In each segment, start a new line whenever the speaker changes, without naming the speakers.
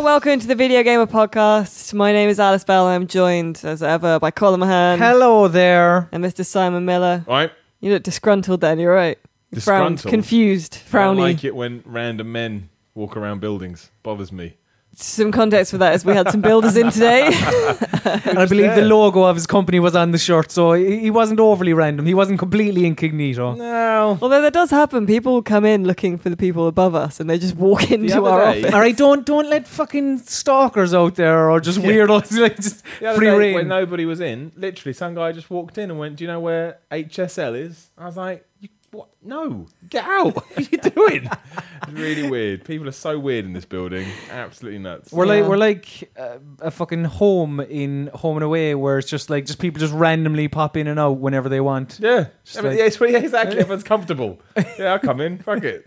Welcome to the Video Gamer Podcast. My name is Alice Bell. I'm joined, as ever, by Colin Mahan
Hello there.
and Mr. Simon Miller.
Right?
You look disgruntled then, you're right. You frowned,
Disgruntled?
confused,
I
frowny.
like it when random men walk around buildings. Bothers me.
Some context for that is we had some builders in today.
And I believe the
there.
logo of his company was on the shirt, so he he wasn't overly random. He wasn't completely incognito.
No.
Although that does happen, people come in looking for the people above us and they just walk into
other
our
day-
office.
All right, don't don't let fucking stalkers out there or just weirdos like just
The other
free
day
reign.
when nobody was in, literally some guy just walked in and went, "Do you know where HSL is?" I was like, you, "What? No, get out! What are you doing?" it's really weird. People are so weird in this building. Absolutely nuts.
We're
Yeah.
like we're like uh, a fucking home in Home and Away, where it's just like just people just randomly pop in and out whenever they want.
Yeah, I mean,
like-
yeah, it's, yeah, exactly. Everyone's comfortable. Yeah, I'll come in. Fuck it.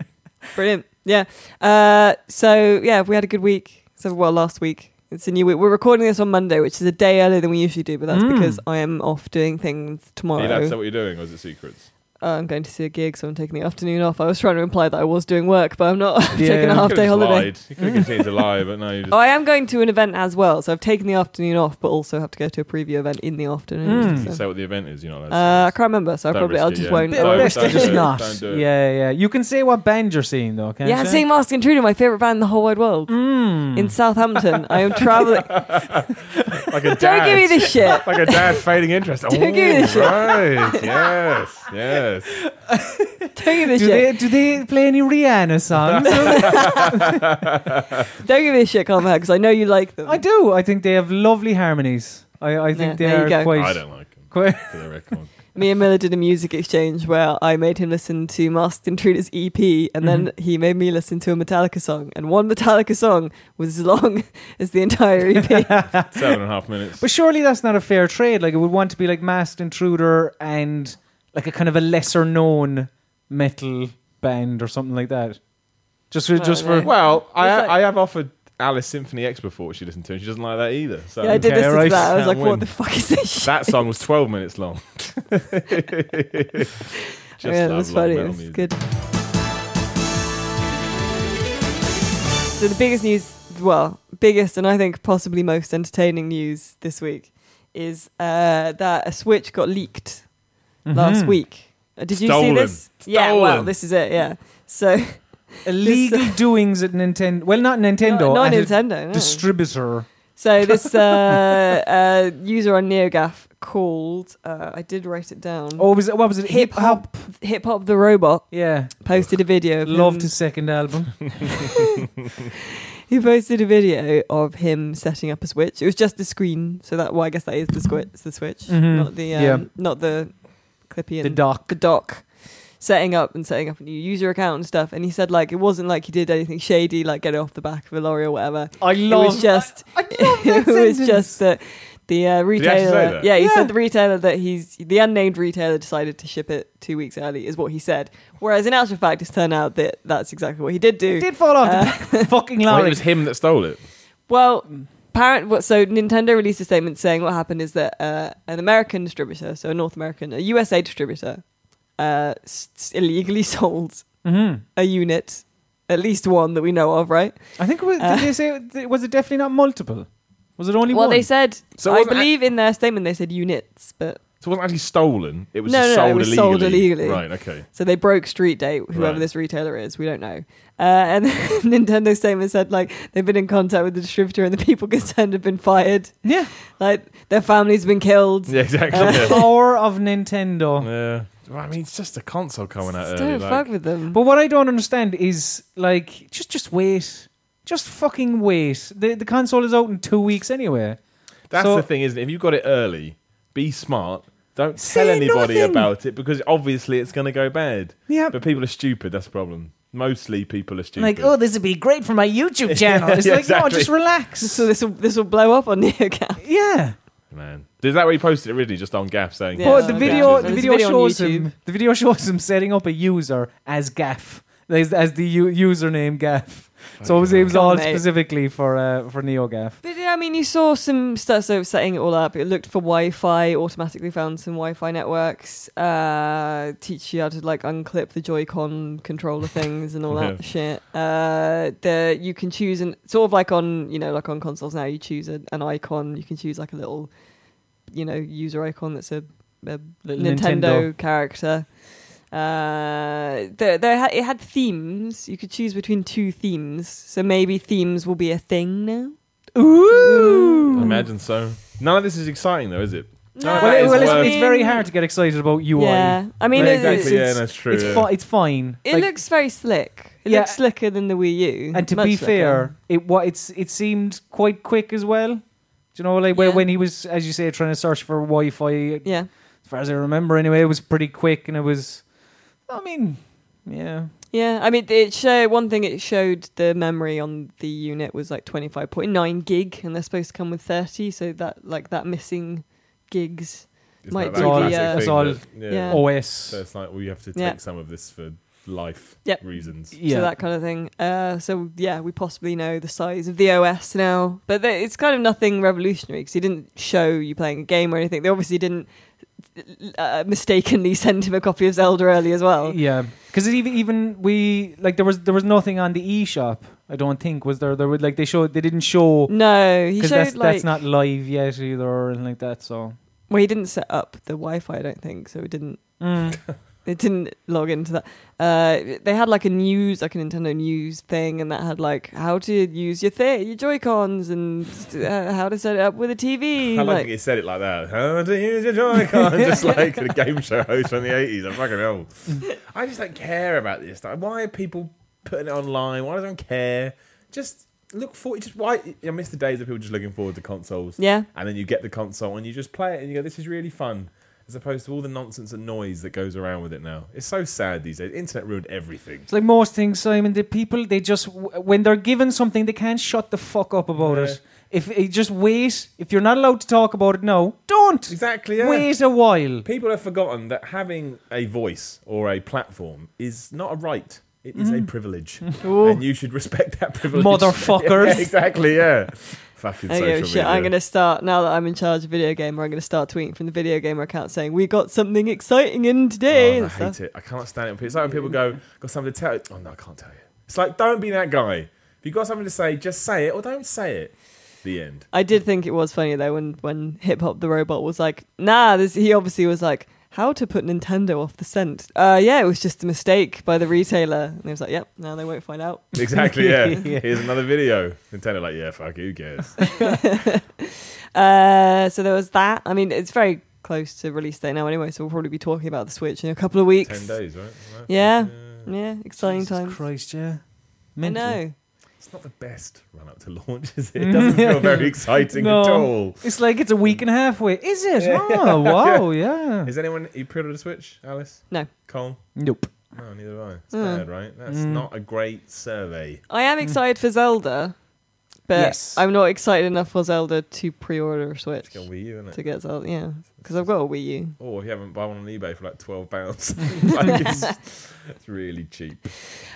Brilliant. Yeah. Uh, so, yeah, we had a good week. So, well, last week. It's a new week. We're recording this on Monday, which is a day earlier than we usually do, but that's
Hmm.
Mm.
because I am off doing things
Are
tomorrow.
you allowed to say what you're doing, or is it secrets?
uh, I'm going to see a gig, so I'm taking the afternoon off. I was trying to imply that I was doing work, but I'm not I'm taking
Yeah.
a
You
half
could've
day
just
holiday.
Lied. You could have continued to lie, but no, you just.
Oh, I am going to an event as well, so I've taken the afternoon off, but also have to go to a preview event in the afternoon.
Mm.
You
so-
can say what the event is. You're not allowed to.
Uh, I
say
can't remember, so I
Don't
probably
risk
I'll
it,
just
yeah.
won't.
Bit
Don't-
best to
don't
just
do it.
not.
Don't do
Yeah,
it.
yeah. You can say what band you're seeing though, can't
yeah, I'm
you?
seeing Mask Intruder, my favorite band in the whole wide world,
Mm.
in Southampton. I am traveling.
this. Like a
Don't give me
dad.
this shit.
like a dad fading interest. Oh,
Don't give me this shit.
right. Yes. Yes.
Don't give me this
Do
shit.
they do they play any Rihanna songs?
Don't give me this shit, Carmel, because I know you like them.
I do. I think they have lovely harmonies. I, I
Yeah,
think
there you
they
go.
are quite.
I don't like him.
Quite.
For the record.
Me and Miller did a music exchange where I made him listen to Masked Intruder's EP, and then
Mm-hmm.
he made me listen to a Metallica song. And one Metallica song was as long as the entire E EP.
Seven and a half minutes.
But surely that's not a fair trade. Like it would want to be like Masked Intruder and like a kind of a lesser known metal band or something like that. Just for,
Well,
just for.
no.
well, I,
It's like-
I have offered Alice Symphony X before which she listened to, and she doesn't like that either. So
yeah, I did
Okay,
listen to
right.
that. I was
Can't
like, what
win.
the fuck is this shit?
that song was twelve minutes long. Just
yeah,
love
that's
long
funny.
metal
It's
music.
good. So the biggest news, well, biggest and I think possibly most entertaining news this week is uh, that a Switch got leaked last
Mhm.
week. Uh, Did you see
Stolen.
this? Yeah, well,
Mm-hmm. Stolen.
this is it. Yeah. So
Illegal doings at Nintendo. Well, not Nintendo.
not, not
at a
Nintendo. no.
Distributor.
so this uh, uh, user on NeoGaf called. Uh, I did write it down.
Oh, was it, what was it?
Hip Hop. Hip Hop the robot
Yeah.
posted a video. Of him-
Loved his second album.
He posted a video of him setting up a switch. It was just the screen, so that well, I guess that is the switch, the switch,
Mhm.
not the um,
Yeah.
not the clippy and
The doc.
the dock. Setting up and setting up a new user account and stuff. And he said like it wasn't like he did anything shady, like get it off the back of a lorry or whatever.
I love.
it was just
I, I love that
it was
sentence.
just that the uh,
he actually say
retailer.
that?
Yeah, he
Yeah.
said the retailer that he's the unnamed retailer decided to ship it two weeks early is what he said. Whereas in actual fact, it's turned out that that's exactly what he did do.
It did fall off the back of
Uh,
the fucking
Well,
lorry.
Oh, it was him that stole it.
Well, parent. What, so Nintendo released a statement saying what happened is that uh, an American distributor, so a North American, a USA distributor, uh, s- s- illegally sold
Mhm.
a unit, at least one that we know of, right?
I think it was, did
Uh,
they say th- was it definitely not multiple? Was it only
well,
one?
they said.
So it
I
wasn't
believe in their statement they said units, but
So it wasn't actually stolen. It was
No,
just
no, no,
sold,
it was
illegally.
sold illegally.
Right. Okay.
So they broke Street Date, whoever
Right.
this retailer is, we don't know. Uh, and Nintendo statement said like they've been in contact with the distributor and the people concerned have been fired,
yeah.
like their families been killed.
Yeah. Exactly. yeah.
Power of Nintendo.
Yeah. Well, I mean, it's just a console coming out
Just
early.
don't
like-
fuck with them.
But what I don't understand is like just just wait. Just fucking wait. The the console is out in two weeks anyway.
That's
So-
the thing, isn't it? If you got it early, be smart. Don't
Say
tell anybody
nothing.
about it because obviously it's going to go bad.
Yeah.
But people are stupid. That's the problem. Mostly people are stupid.
Like, oh, this would be great for my YouTube channel. It's
Yeah,
like, no,
exactly.
just relax.
So this will this will blow up on NeoGAF.
yeah.
man, is that where he posted it originally? Just on Gaff saying,
Yeah.
But the
okay.
video
So
the
there's a
video
video on
shows him the video shows him setting up a user as Gaff. as, as the u- username Gaff. So it was, it was
Come on,
all
mate.
specifically for uh, for NeoGaff.
But yeah, I mean, you saw some stuff. So setting it all up, it looked for Wi-Fi, automatically found some Wi-Fi networks, uh, teach you how to like unclip the Joy-Con controller things and all that shit. Uh, the you can choose and sort of like on you know like on consoles now, you choose a, an icon. You can choose like a little, you know, user icon that's a, a
Little
Nintendo, character. Uh, there, there ha- it had themes. You could choose between two themes, so maybe themes will be a thing now.
Ooh.
I imagine so. None of this is exciting though, is it? No,
Well,
That
it-
is
well
worth-
it's, it's very hard to get excited about UI.
Yeah, I mean,
Yeah,
it-
exactly.
it's,
yeah,
it's-
that's true.
It's,
yeah.
fi- it's fine.
it
Like,
looks very slick. It
Yeah.
looks slicker than the Wii U.
And to
much
be
slicker.
fair, it what it's it seemed quite quick as well. Do you know, like where
Yeah.
when he was, as you say, trying to search for Wi-Fi.
yeah,
As far as I remember, anyway, it was pretty quick, and it was. I mean, yeah,
yeah. I mean, it show one thing. It showed the memory on the unit was like twenty five point nine gig, and they're supposed to come with thirty. So that like that missing gigs.
It's
might
like
be
that
the,
classic
uh,
thing
It's all-
that- yeah.
yeah.
OS.
So it's like we have to take
Yeah.
some of this for life
Yep.
reasons.
So that kind of thing. Uh, so yeah, we possibly know the size of the OS now, but th- it's kind of nothing revolutionary because he didn't show you playing a game or anything. They obviously didn't uh, mistakenly send him a copy of Zelda early as well.
Yeah, because even even we like there was there was nothing on the eShop. I don't think was there. There was like they showed they didn't show
No, he showed
because that's
like
that's not live yet either or anything like that. So
well, he didn't set up the Wi-Fi. I don't think so. It didn't.
Mm.
It didn't log into that. Uh, they had like a news, like a Nintendo news thing, and that had like how to use your thing, your Joy Cons, and uh, how to set it up with a TV.
I like
like,
that you said it like that. How do you use your Joy-Con? just like a game show host from the eighties. I'm fucking hell. I just don't care about this stuff. Why are people putting it online? Why do I don't care? Just look forward. Just why? I miss the days of people just looking forward to consoles.
yeah,
And then you get the console and you just play it and you go, "This is really fun." As opposed to all the nonsense and noise that goes around with it now. It's so sad these days. Internet ruined everything.
it's like most things, Simon. The people they just w- when they're given something they can't shut the fuck up about
Yeah.
it. If eh, just wait, if you're not allowed to talk about it, no, don't
Exactly. Yeah.
wait a while.
People have forgotten that having a voice or a platform is not a right. It is
Mm.
a privilege. And you should respect that privilege.
Motherfuckers.
Yeah, exactly, yeah.
I
Fucking
don't
social
give a shit.
media.
I'm gonna start now that I'm in charge of video gamer. I'm gonna start tweeting from the video gamer account saying we got something exciting in today.
Oh, I
and stuff.
hate it. I can't stand it. It's like when people go, got something to tell you. Oh, no, I can't tell you. It's like, don't be that guy. If you've got something to say, just say it or don't say it. The end.
I did think it was funny though when when Hip Hop the Robot was like, "Nah," this, he obviously was like, "How to put Nintendo off the scent?" Uh, yeah, it was just a mistake by the retailer, and he was like, "Yep, now they won't find out."
Exactly, yeah.
Yeah.
Here's another video. Nintendo, like, yeah, fuck it, who cares?
Uh, so there was that. I mean, it's very close to release date now, anyway, so we'll probably be talking about the Switch in a couple of weeks.
10 days, right? Right.
Yeah. Yeah, exciting
Jesus
times.
Christ, yeah.
I
Mental.
know.
It's not the best run up to launch, is it? It doesn't feel very exciting
No.
at all.
It's like it's a week and a half away. Is it? Oh, wow, yeah.
Is anyone you pre-ordered a Switch, Alice?
No.
Cole?
Nope.
No, neither have I. It's
Mm.
bad, right? That's not a great survey.
I am excited for Zelda, but
Yes.
I'm not excited enough for Zelda to pre-order a Switch
It's got Wii U, isn't
to
it?
get Zelda. Yeah, because I've got a Wii U.
Or if you haven't buy one on eBay for like twelve pounds, like it's, it's really cheap.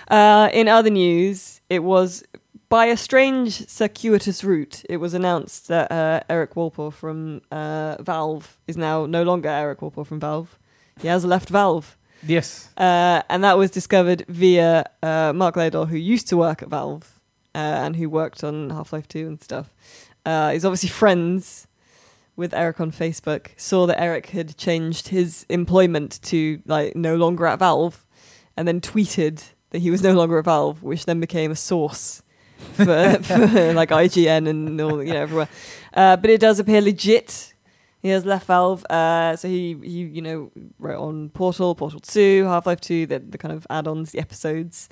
Uh, in other news, it was by a strange circuitous route. It was announced that uh, Eric Walpole from uh, Valve is now no longer Eric Walpole from Valve. He has left Valve.
Yes.
Uh, and that was discovered via uh, Mark Lador, who used to work at Valve uh, and who worked on Half Life 2 and stuff. Uh, he's obviously friends with Eric on Facebook, saw that Eric had changed his employment to like no longer at Valve, and then tweeted that he was no longer at Valve, which then became a source. for, for like IGN and all you know everywhere, uh, but it does appear legit. He has left Valve, uh, so he he you know wrote on Portal, Portal 2, Half Life 2, the, the kind of add ons, the episodes.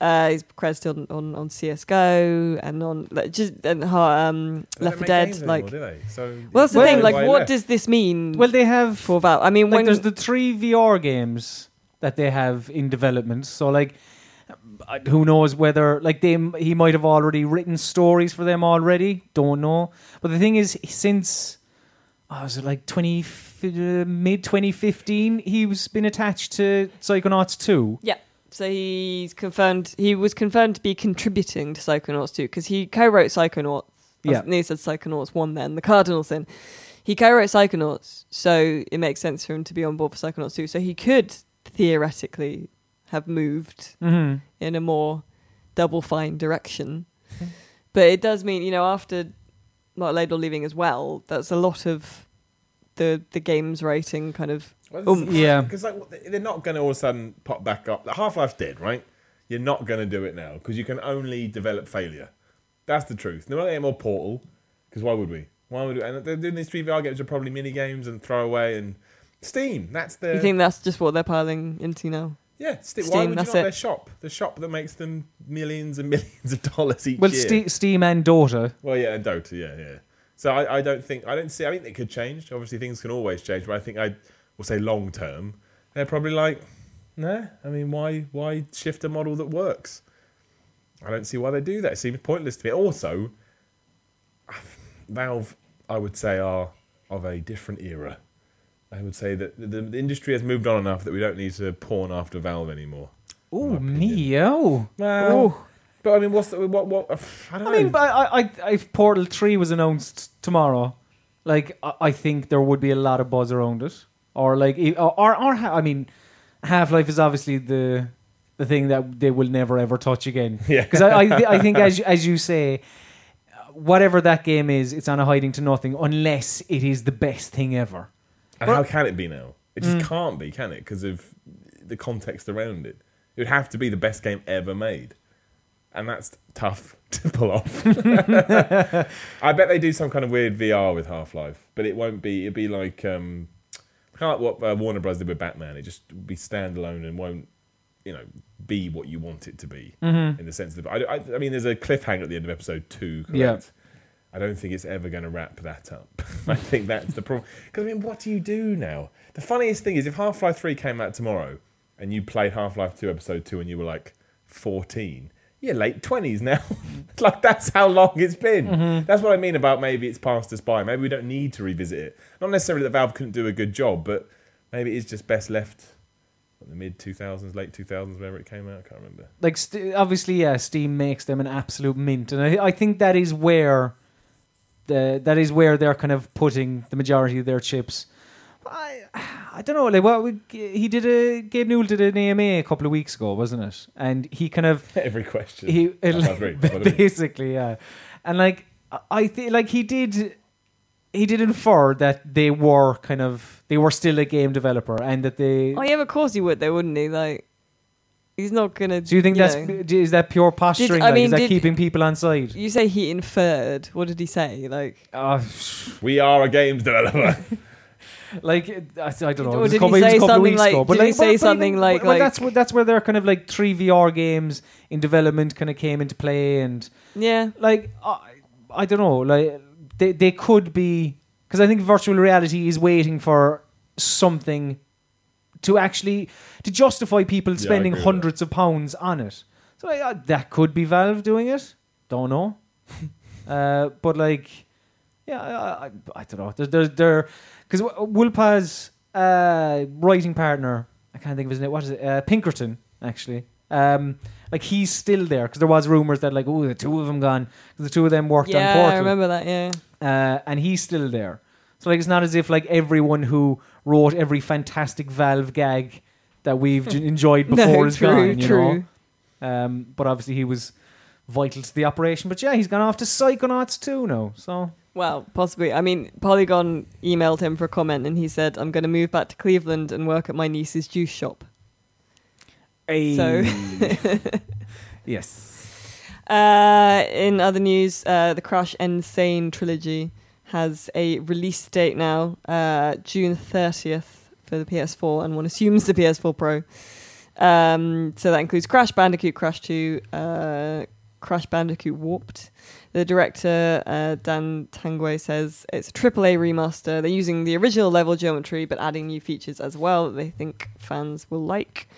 Uh, he's credited on, on, on CSGO and on like, just and uh, um,
They
Left
don't
4
make
Dead.
games
Like,
anymore, do they? So
well, that's the
Well-
thing. Like,
Why
what
left?
does this mean
Well, they have
for Valve? I mean,
like
when
there's the three VR games that they have in development. So like, uh, who knows whether like they he might have already written stories for them already. Don't know. But the thing is, since oh, was it like twenty mid twenty fifteen, he was been attached to Psychonauts two.
yeah, So he's confirmed. He was confirmed to be contributing to Psychonauts 2 because he co-wrote Psychonauts.
Yeah.
Yeah, he said Psychonauts 1 then, the Cardinal Sin. He co-wrote Psychonauts, so it makes sense for him to be on board for Psychonauts 2. So he could theoretically have moved
Mm-hmm.
in a more double fine direction. But it does mean, you know, after Mark Laidlaw leaving as well, that's a lot of the the game's rating kind of Um,
yeah.
because like what- they're not going to all of a sudden pop back up. Half Life did, right? You're not going to do it now because you can only develop failure. That's the truth. They're not getting more Portal because why would we? Why would we? And they're doing these three VR games are probably mini games and throwaway and Steam. That's their
you think that's just what they're piling into now.
yeah. Steam,
Steam,
why would you
that's
not
it.
their shop? The shop that makes them millions and millions of dollars each
Well,
year.
Ste- Steam and Daughter.
Well, yeah, and Dota, yeah, yeah. So I, I don't think I don't see. I think it could change. Obviously, things can always change, but I think I will say long term, they're probably like, nah. I mean, why why shift a model that works? I don't see why they do that. It seems pointless to me. Also, Valve, I would say, are of a different era. I would say that the, the industry has moved on enough that we don't need to pawn after Valve anymore.
Ooh,
opinion.
Mio.
Well,
Ooh.
but I mean, what's the, what what? I don't know.
I mean, but I, I, I- if Portal Three was announced tomorrow, like I, I think there would be a lot of buzz around it, or like, e- or, or, or ha- I mean, Half Life is obviously the the thing that they will never ever touch again.
Yeah.
because I, I, thi- I think as you- as you say. Whatever that game is, it's on a hiding to nothing unless it is the best thing ever.
And how can it be now? It just can't be, can it? Because of the context around it. It would have to be the best game ever made. And that's tough to pull off. I bet they do some kind of weird VR with Half Life, but it won't be. It'd be like um, kind of like what uh, Warner Bros did with Batman. It just would be standalone and won't, you know, be what you want it to be in the sense that I, I, I mean, there's a cliffhanger at the end of episode two. Correct?
Yeah.
I don't think it's ever going to wrap that up. I think that's the problem. Because I mean, what do you do now? The funniest thing is, if Half Life Three came out tomorrow and you played Half Life Two Episode Two and you were like 14, you're late 20s now. like that's how long it's been.
Mm-hmm.
That's what I mean about maybe it's passed us by. Maybe we don't need to revisit it. Not necessarily that Valve couldn't do a good job, but maybe it's just best left. in The mid 2000s, late 2000s, whenever it came out, I can't remember.
like st- obviously yeah steam makes them an absolute mint and i, I think that is where the, that is where they're kind of putting the majority of their chips i, I don't know like what we, he did a gabe newell did an ama a couple of weeks ago wasn't it and he kind of
Every question.
he
That
it,
sounds
like,
great, by the way.
basically yeah and like i think like he did he did infer that they were kind of they were still a game developer and that they
Oh yeah, of course he would though, wouldn't he? Like he's not gonna
do you think that's
know.
is that pure posturing
I
like,
mean,
is that
did-
keeping people on side
you say he inferred. What did he say? Like
Uh,
we are a games developer.
like I, I don't know.
Or
it was a
did he
couple- it was a
say
couple of
something
weeks
like-
ago, but
did
like,
he say
but- but
something
even-
like-
Well,
like-
that's where that's where their kind of like three VR games in development kind of came into play, and
Yeah.
like I, I don't know, like they they could be because I think virtual reality is waiting for something to actually to justify people
I
spending
agree with
hundreds of pounds on it. So like, uh, that could be Valve doing it. Don't know, uh, but like, yeah, I, I, I don't know. They're they're, because Woolpa's uh, writing partner, I can't think of his name. What is it? Uh, Pinkerton, actually. Um, like he's still there because there was rumors that like, oh, the two of them gone. 'Cause the two of them worked on
Yeah,
Portal
I remember that, yeah.
uh, and he's still there. So like, it's not as if like everyone who wrote every fantastic Valve gag that we've j- enjoyed before
no,
is
true,
gone. You
true.
know, um, but obviously he was vital to the operation. But yeah, he's gone off to Psychonauts too now. So
Well, possibly. I mean, Polygon emailed him for a comment and he said, I'm going to move back to Cleveland and work at my niece's juice shop. So-
yes,
Uh, in other news, uh, the Crash Insane trilogy has a release date now, uh, June 30th for the PS4, and one assumes the PS4 Pro. Um, so that includes Crash Bandicoot, Crash 2, uh, Crash Bandicoot Warped. The director, uh, Dan Tanguay, says it's a AAA remaster. They're using the original level geometry but adding new features as well that they think fans will like.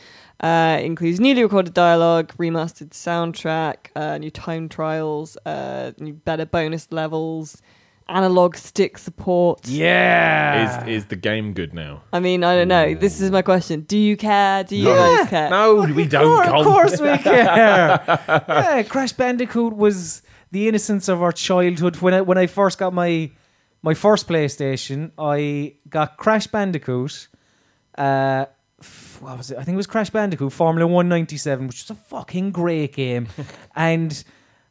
Uh, it includes newly recorded dialogue, remastered soundtrack, uh, new time trials, uh, new better bonus levels, analog stick support.
Yeah.
Ah.
Is is the game good now?
I mean, I don't know. This is my question. Do you care? Do you
No.
guys care?
No, we don't.
of course we care. yeah, Crash Bandicoot was the innocence of our childhood. When I when I first got my my first PlayStation, I got Crash Bandicoot. Uh, f- what was it? I think it was Crash Bandicoot Formula One ninety seven, which was a fucking great game, and.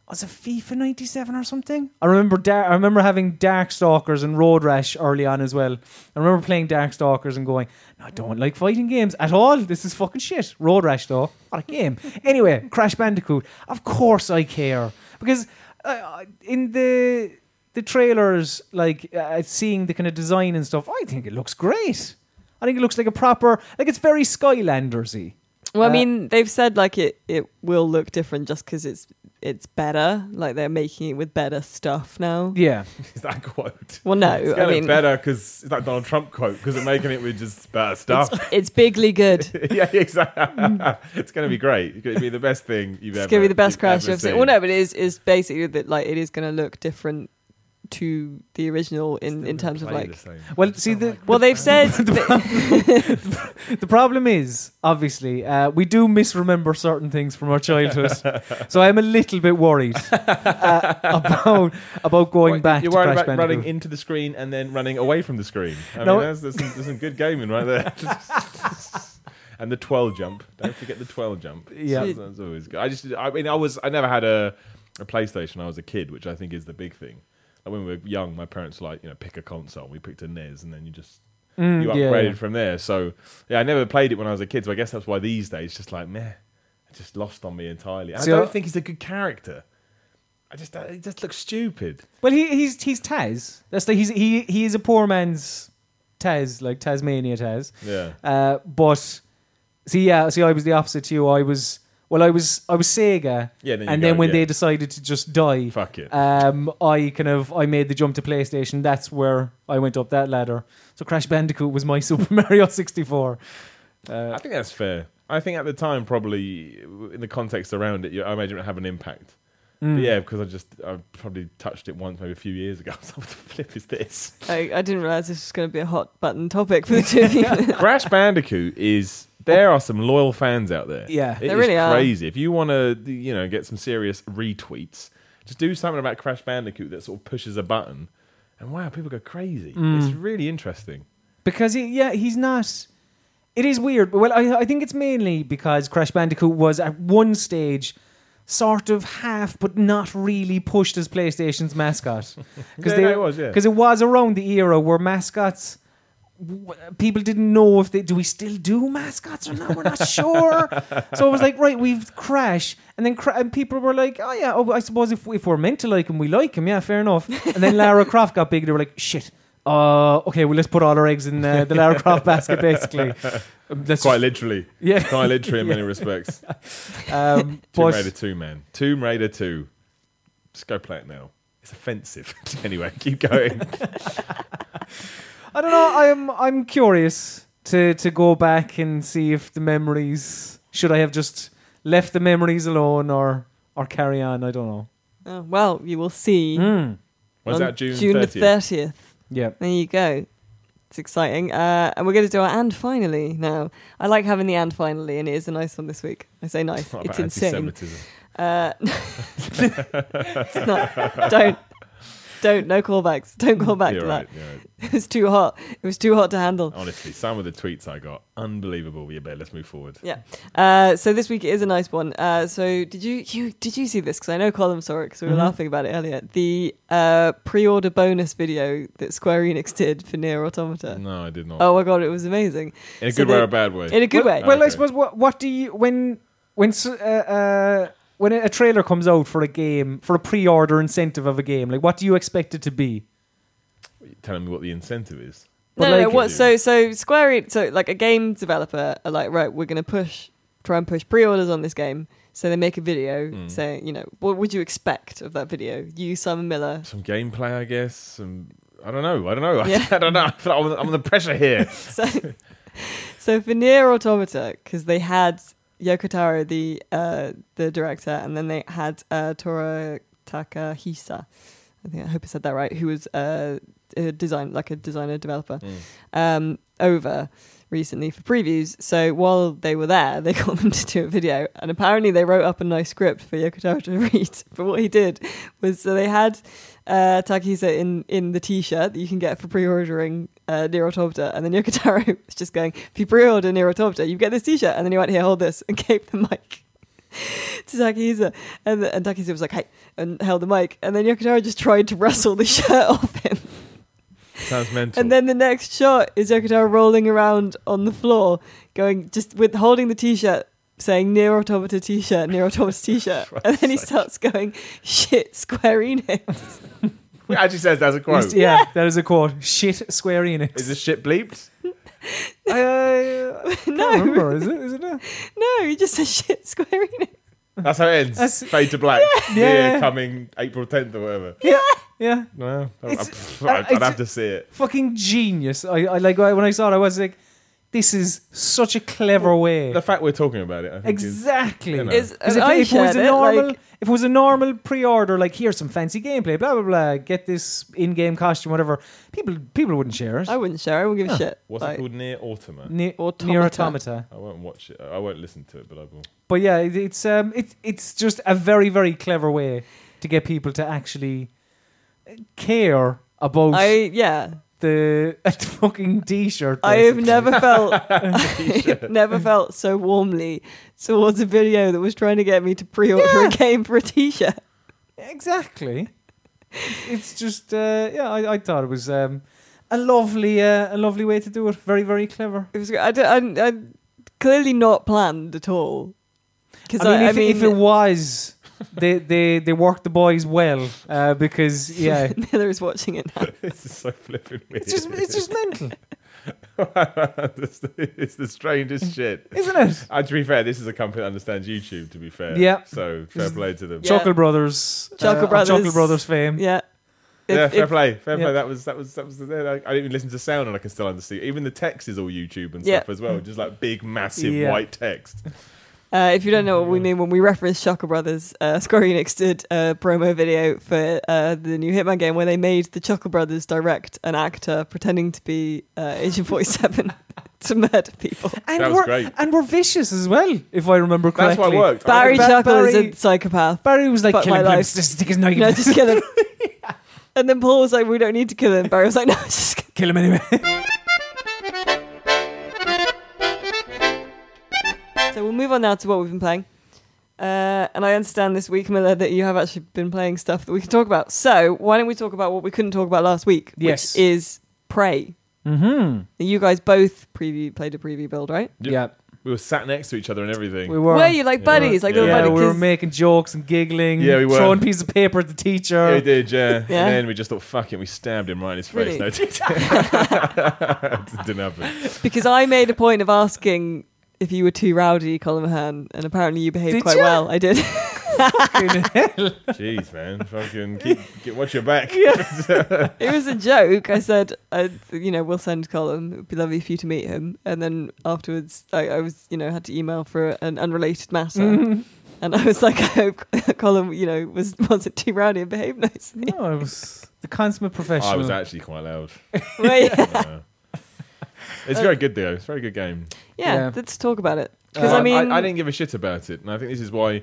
Was it FIFA '97 or something? I remember. Dar- I remember having Darkstalkers and Road Rash early on as well. I remember playing Darkstalkers and going, "No, I don't like fighting games at all. This is fucking shit." Road Rash though, what a game. anyway, Crash Bandicoot. Of course, I care because uh, in the the trailers, like uh, seeing the kind of design and stuff, I think it looks great. I think it looks like a proper, like it's very Skylandersy.
Well, I
Uh,
mean, they've said like it it will look different just because it's it's better. Like they're making it with better stuff now.
Yeah,
Is that a quote?
Well, no,
It's
I
gonna
mean
better because it's that Donald Trump quote because they're making it with just better stuff.
it's bigly good.
yeah, exactly. it's going to be great. It's going to be the best thing you've ever.
It's gonna be the best crash you've
you've
seen.
ever
Well, no, but it is is basically that like it is gonna look different to the original in in terms of like.
well, see the
Well, they've said that-
The problem is, obviously, uh, we do misremember certain things from our childhood, so I'm a little bit worried uh, about about going back
You're
to
worried
Crash
about
Bandicoot.
running into the screen and then running away from the screen. I
No.
mean, that's, there's, some, there's some good gaming right there. and the twirl jump. Don't forget the twirl jump.
Yeah.
that's, that's always good. I just, I mean, I was, I never had a, a PlayStation. when I was a kid, which I think is the big thing. Like when we were young, my parents were like, you know, pick a console. We picked a NES, and then you just
Mm,
you
yeah,
upgraded
yeah.
from there. So yeah, I never played it when I was a kid. So I guess that's why these days, it's just like meh, it just lost on me entirely. And
So-
I don't think he's a good character. I just, it just looks stupid.
Well, he, he's he's Taz. That's like he's he he is a poor man's Taz, like Tasmania Taz.
Yeah.
Uh, but see, yeah, see, I was the opposite to you. I was well, I was I was Sega.
Yeah, then you
and
go,
then when
yeah.
they decided to just die,
Fuck it.
Um, I kind of I made the jump to PlayStation. That's where I went up that ladder. So Crash Bandicoot was my Super Mario 64.
I think that's fair. I think at the time, probably in the context around it, you, I imagine it would have an impact. But
Mm.
yeah, because I just I probably touched it once, maybe a few years ago. So what the flip is this?
I, I didn't realize this was going to be a hot button topic for the two of you.
Crash Bandicoot is. There are some loyal fans out there.
Yeah.
it
There
is
really are.
crazy. If you want to, you know, get some serious retweets, just do something about Crash Bandicoot that sort of pushes a button, and wow, people go crazy.
Mm.
It's really interesting.
Because he, yeah, he's not. It is weird. Well, I, I think it's mainly because Crash Bandicoot was at one stage sort of half, but not really pushed as PlayStation's mascot.
Yeah,
they-
no, it was, yeah.
'cause it was around the era where mascots. w- People didn't know if they do we still do mascots or not. We're not sure. so it was like, right, we've Crash, and then cra- and people were like, oh yeah, oh, I suppose if if we're meant to like him, we like him. Yeah, fair enough. And then Lara Croft got big. They were like, shit. Uh, okay, well, let's put all our eggs in uh, the Lara Croft basket, basically. Um, let's
Quite
just-
literally,
yeah.
quite literally in many respects.
Um,
Tomb
but-
Raider 2, man. Tomb Raider 2. Just go play it now. It's offensive. anyway, keep going.
I don't know. I'm I'm curious to to go back and see if the memories should I have just left the memories alone or or carry on. I don't know.
Oh, well, you will see.
Mm.
Hmm? Was
on
that June,
June
30th?
the thirtieth.
Yeah.
There you go. It's exciting. Uh, and we're going to do our and finally now. I like having the and finally, and it is a nice one this week. I say nice.
What
it's
about
insane.
anti-Semitism?
Uh, it's not. Don't. Don't. No callbacks. Don't call back
You're
to
right, you're right.
that. It was too hot. It was too hot to handle.
Honestly, some of the tweets I got, unbelievable. Yeah, better let's move forward.
Yeah. Uh, so this week is a nice one. Uh, so did you you did you see this? Because I know Colin saw it because we were
Mhm.
Mm-hmm.
laughing about it earlier. The uh, pre-order bonus video that Square Enix did for Near Automata.
No, I did not.
Oh my god, it was amazing.
in a
so
good way
they-
or a bad way.
In a good
well,
way.
Well, I
Okay.
suppose what what do you when when s- uh, uh, when a trailer comes out for a game for a pre-order incentive of a game, like what do you expect it to be?
Telling me what the incentive is.
No,
But
no,
like
no,
it
what?
is.
So, so Square, En- so like a game developer are like, right, we're going to push, try and push pre-orders on this game. So they make a video saying, you know, what would you expect of that video? You, Simon Miller.
Some gameplay, I guess. Some, I don't know. I don't know.
Yeah.
I don't know. I feel like I'm, I'm under pressure here.
So, so for Nier Automata, because they had Yoko Taro, the uh, the director, and then they had uh, Tora Takahisa I think I hope I said that right. Who was uh, a design like a designer developer
Mm.
um, over recently for previews. So while they were there, they got them to do a video, and apparently they wrote up a nice script for Yokotaro to read. But what he did was so they had uh, Takahisa in in the T-shirt that you can get for pre-ordering uh, Nier Automata, and then Yokotaro was just going, "If you pre-order Nier Automata, you get this T-shirt," and then he went, "Here, hold this," and gave the mic. To Takahisa, and, and Takahisa was like, "Hey," and held the mic, and then Yokotaro just tried to wrestle the shirt off him,
Sounds mental.
and then the next shot is Yokotaro rolling around on the floor, going just with holding the t-shirt, saying "Near Automata t-shirt, Near Automata t-shirt," and then he starts going, "Shit, Square Enix."
it actually says that's a quote.
He's- Yeah, that is a quote. Shit, Square Enix.
Is this shit bleeped?
I, I- I can't
No.
remember, is it? Is it? now?
No, he just says "Shit, Square Enix."
That's how it ends.
That's-
Fade to black.
Yeah.
Here coming April 10th or whatever.
Yeah, yeah.
No, I-
It's- uh,
I- I'd,
it's-
have to see it.
Fucking genius. I, I like when I saw it. I was like, this is such a clever way.
The fact we're talking about it, I think, is
Exactly.
you know.
Is-
'Cause if,
I
if it was
shared
a
it,
normal,
like-
if it was a normal pre-order, like here's some fancy gameplay, blah blah blah, get this in-game costume, whatever, people people wouldn't share it.
I wouldn't share. I wouldn't give a shit.
what's
Like,
it called? Near Automata.
Ne-
Automata.
Near automata.
I won't watch it. I won't listen to it, but I will.
But yeah, it, it's um, it, it's just a very very clever way to get people to actually care about
I yeah.
the fucking t-shirt.
I have
basically.
never felt I've never felt so warmly towards a video that was trying to get me to pre-order
Yeah.
a game for a t-shirt.
Exactly. It's- It's just uh, yeah, I, I thought it was um, a lovely uh, a lovely way to do it. Very very clever.
It was. I, don't- I, I clearly not planned at all. Because
I mean, if, if it was, they they they worked the boys well uh, because yeah,
Miller is watching it now.
this is so flipping weird.
it's just it's just mental,
it's the strangest shit.
isn't it?
Uh, to be fair, this is a company that understands YouTube. To be fair,
Yeah.
So fair play to them.
Yeah.
Chuckle Brothers,
Chuckle
of
Brothers.
Chuckle Brothers fame.
Yeah. If-
yeah, fair
if-
play, fair
yeah.
play. That was that was that was. The, I, I didn't even listen to sound, and I can still understand. Even the text is all YouTube and
Yeah.
stuff as well. Just like big, massive
Yeah.
white text.
Uh, if you don't know what we mean when we reference Shocker Brothers, uh, Square Enix did a promo video for uh, the new Hitman game where they made the Chuckle Brothers direct an actor pretending to be uh, Agent 47 to murder people.
And
That was
we're
great.
and we're vicious as well, if I remember
That's
correctly.
why it worked. I
Barry
Ba-
Chuckle is
Barry-
a psychopath.
Barry was like,
But
"Kill him,
my
kill him,
life-
just stick his knife,
No, just kill him. And then Paul was like, we don't need to kill him. Barry was like, no, just kill him.
kill him anyway."
So we'll move on now to what we've been playing. Uh, and I understand this week, Miller, that you have actually been playing stuff that we can talk about. So why don't we talk about what we couldn't talk about last week,
Yes.
which is Prey.
mm-hmm.
You guys both preview played a preview build, right?
Yep.
Yeah,
We were sat next to each other and everything.
we were.
Were you like
Yeah.
buddies, like little
Yeah,
yeah,
buddy
we were
kids?
making jokes and giggling.
Yeah, we were.
throwing pieces of paper at the
yeah, we
teacher.
did, yeah. And
Yeah.
then we just thought, fuck it. We stabbed him right in his face.
Really?
No, it didn't- didn't happen.
because I made a point of asking if you were too rowdy, Colin Mahan, and apparently you behaved
Did
quite
ya?
well. I did.
Jeez, man. Fucking keep, keep, watch your back.
it was a joke. I said, I, you know, we'll send Colin. It would be lovely for you to meet him. And then afterwards, I, I was, you know, had to email for an unrelated matter.
Mm-hmm.
And I was like, I hope Colin, you know, was wasn't too rowdy and behaved nicely.
no, I was the consummate professional.
I was actually quite loud.
Right? yeah.
Yeah. It's
Uh,
very good though. It's a very good game.
Yeah.
let's talk about it. Because
Uh,
I mean,
I, didn't give a shit about it, and I think this is why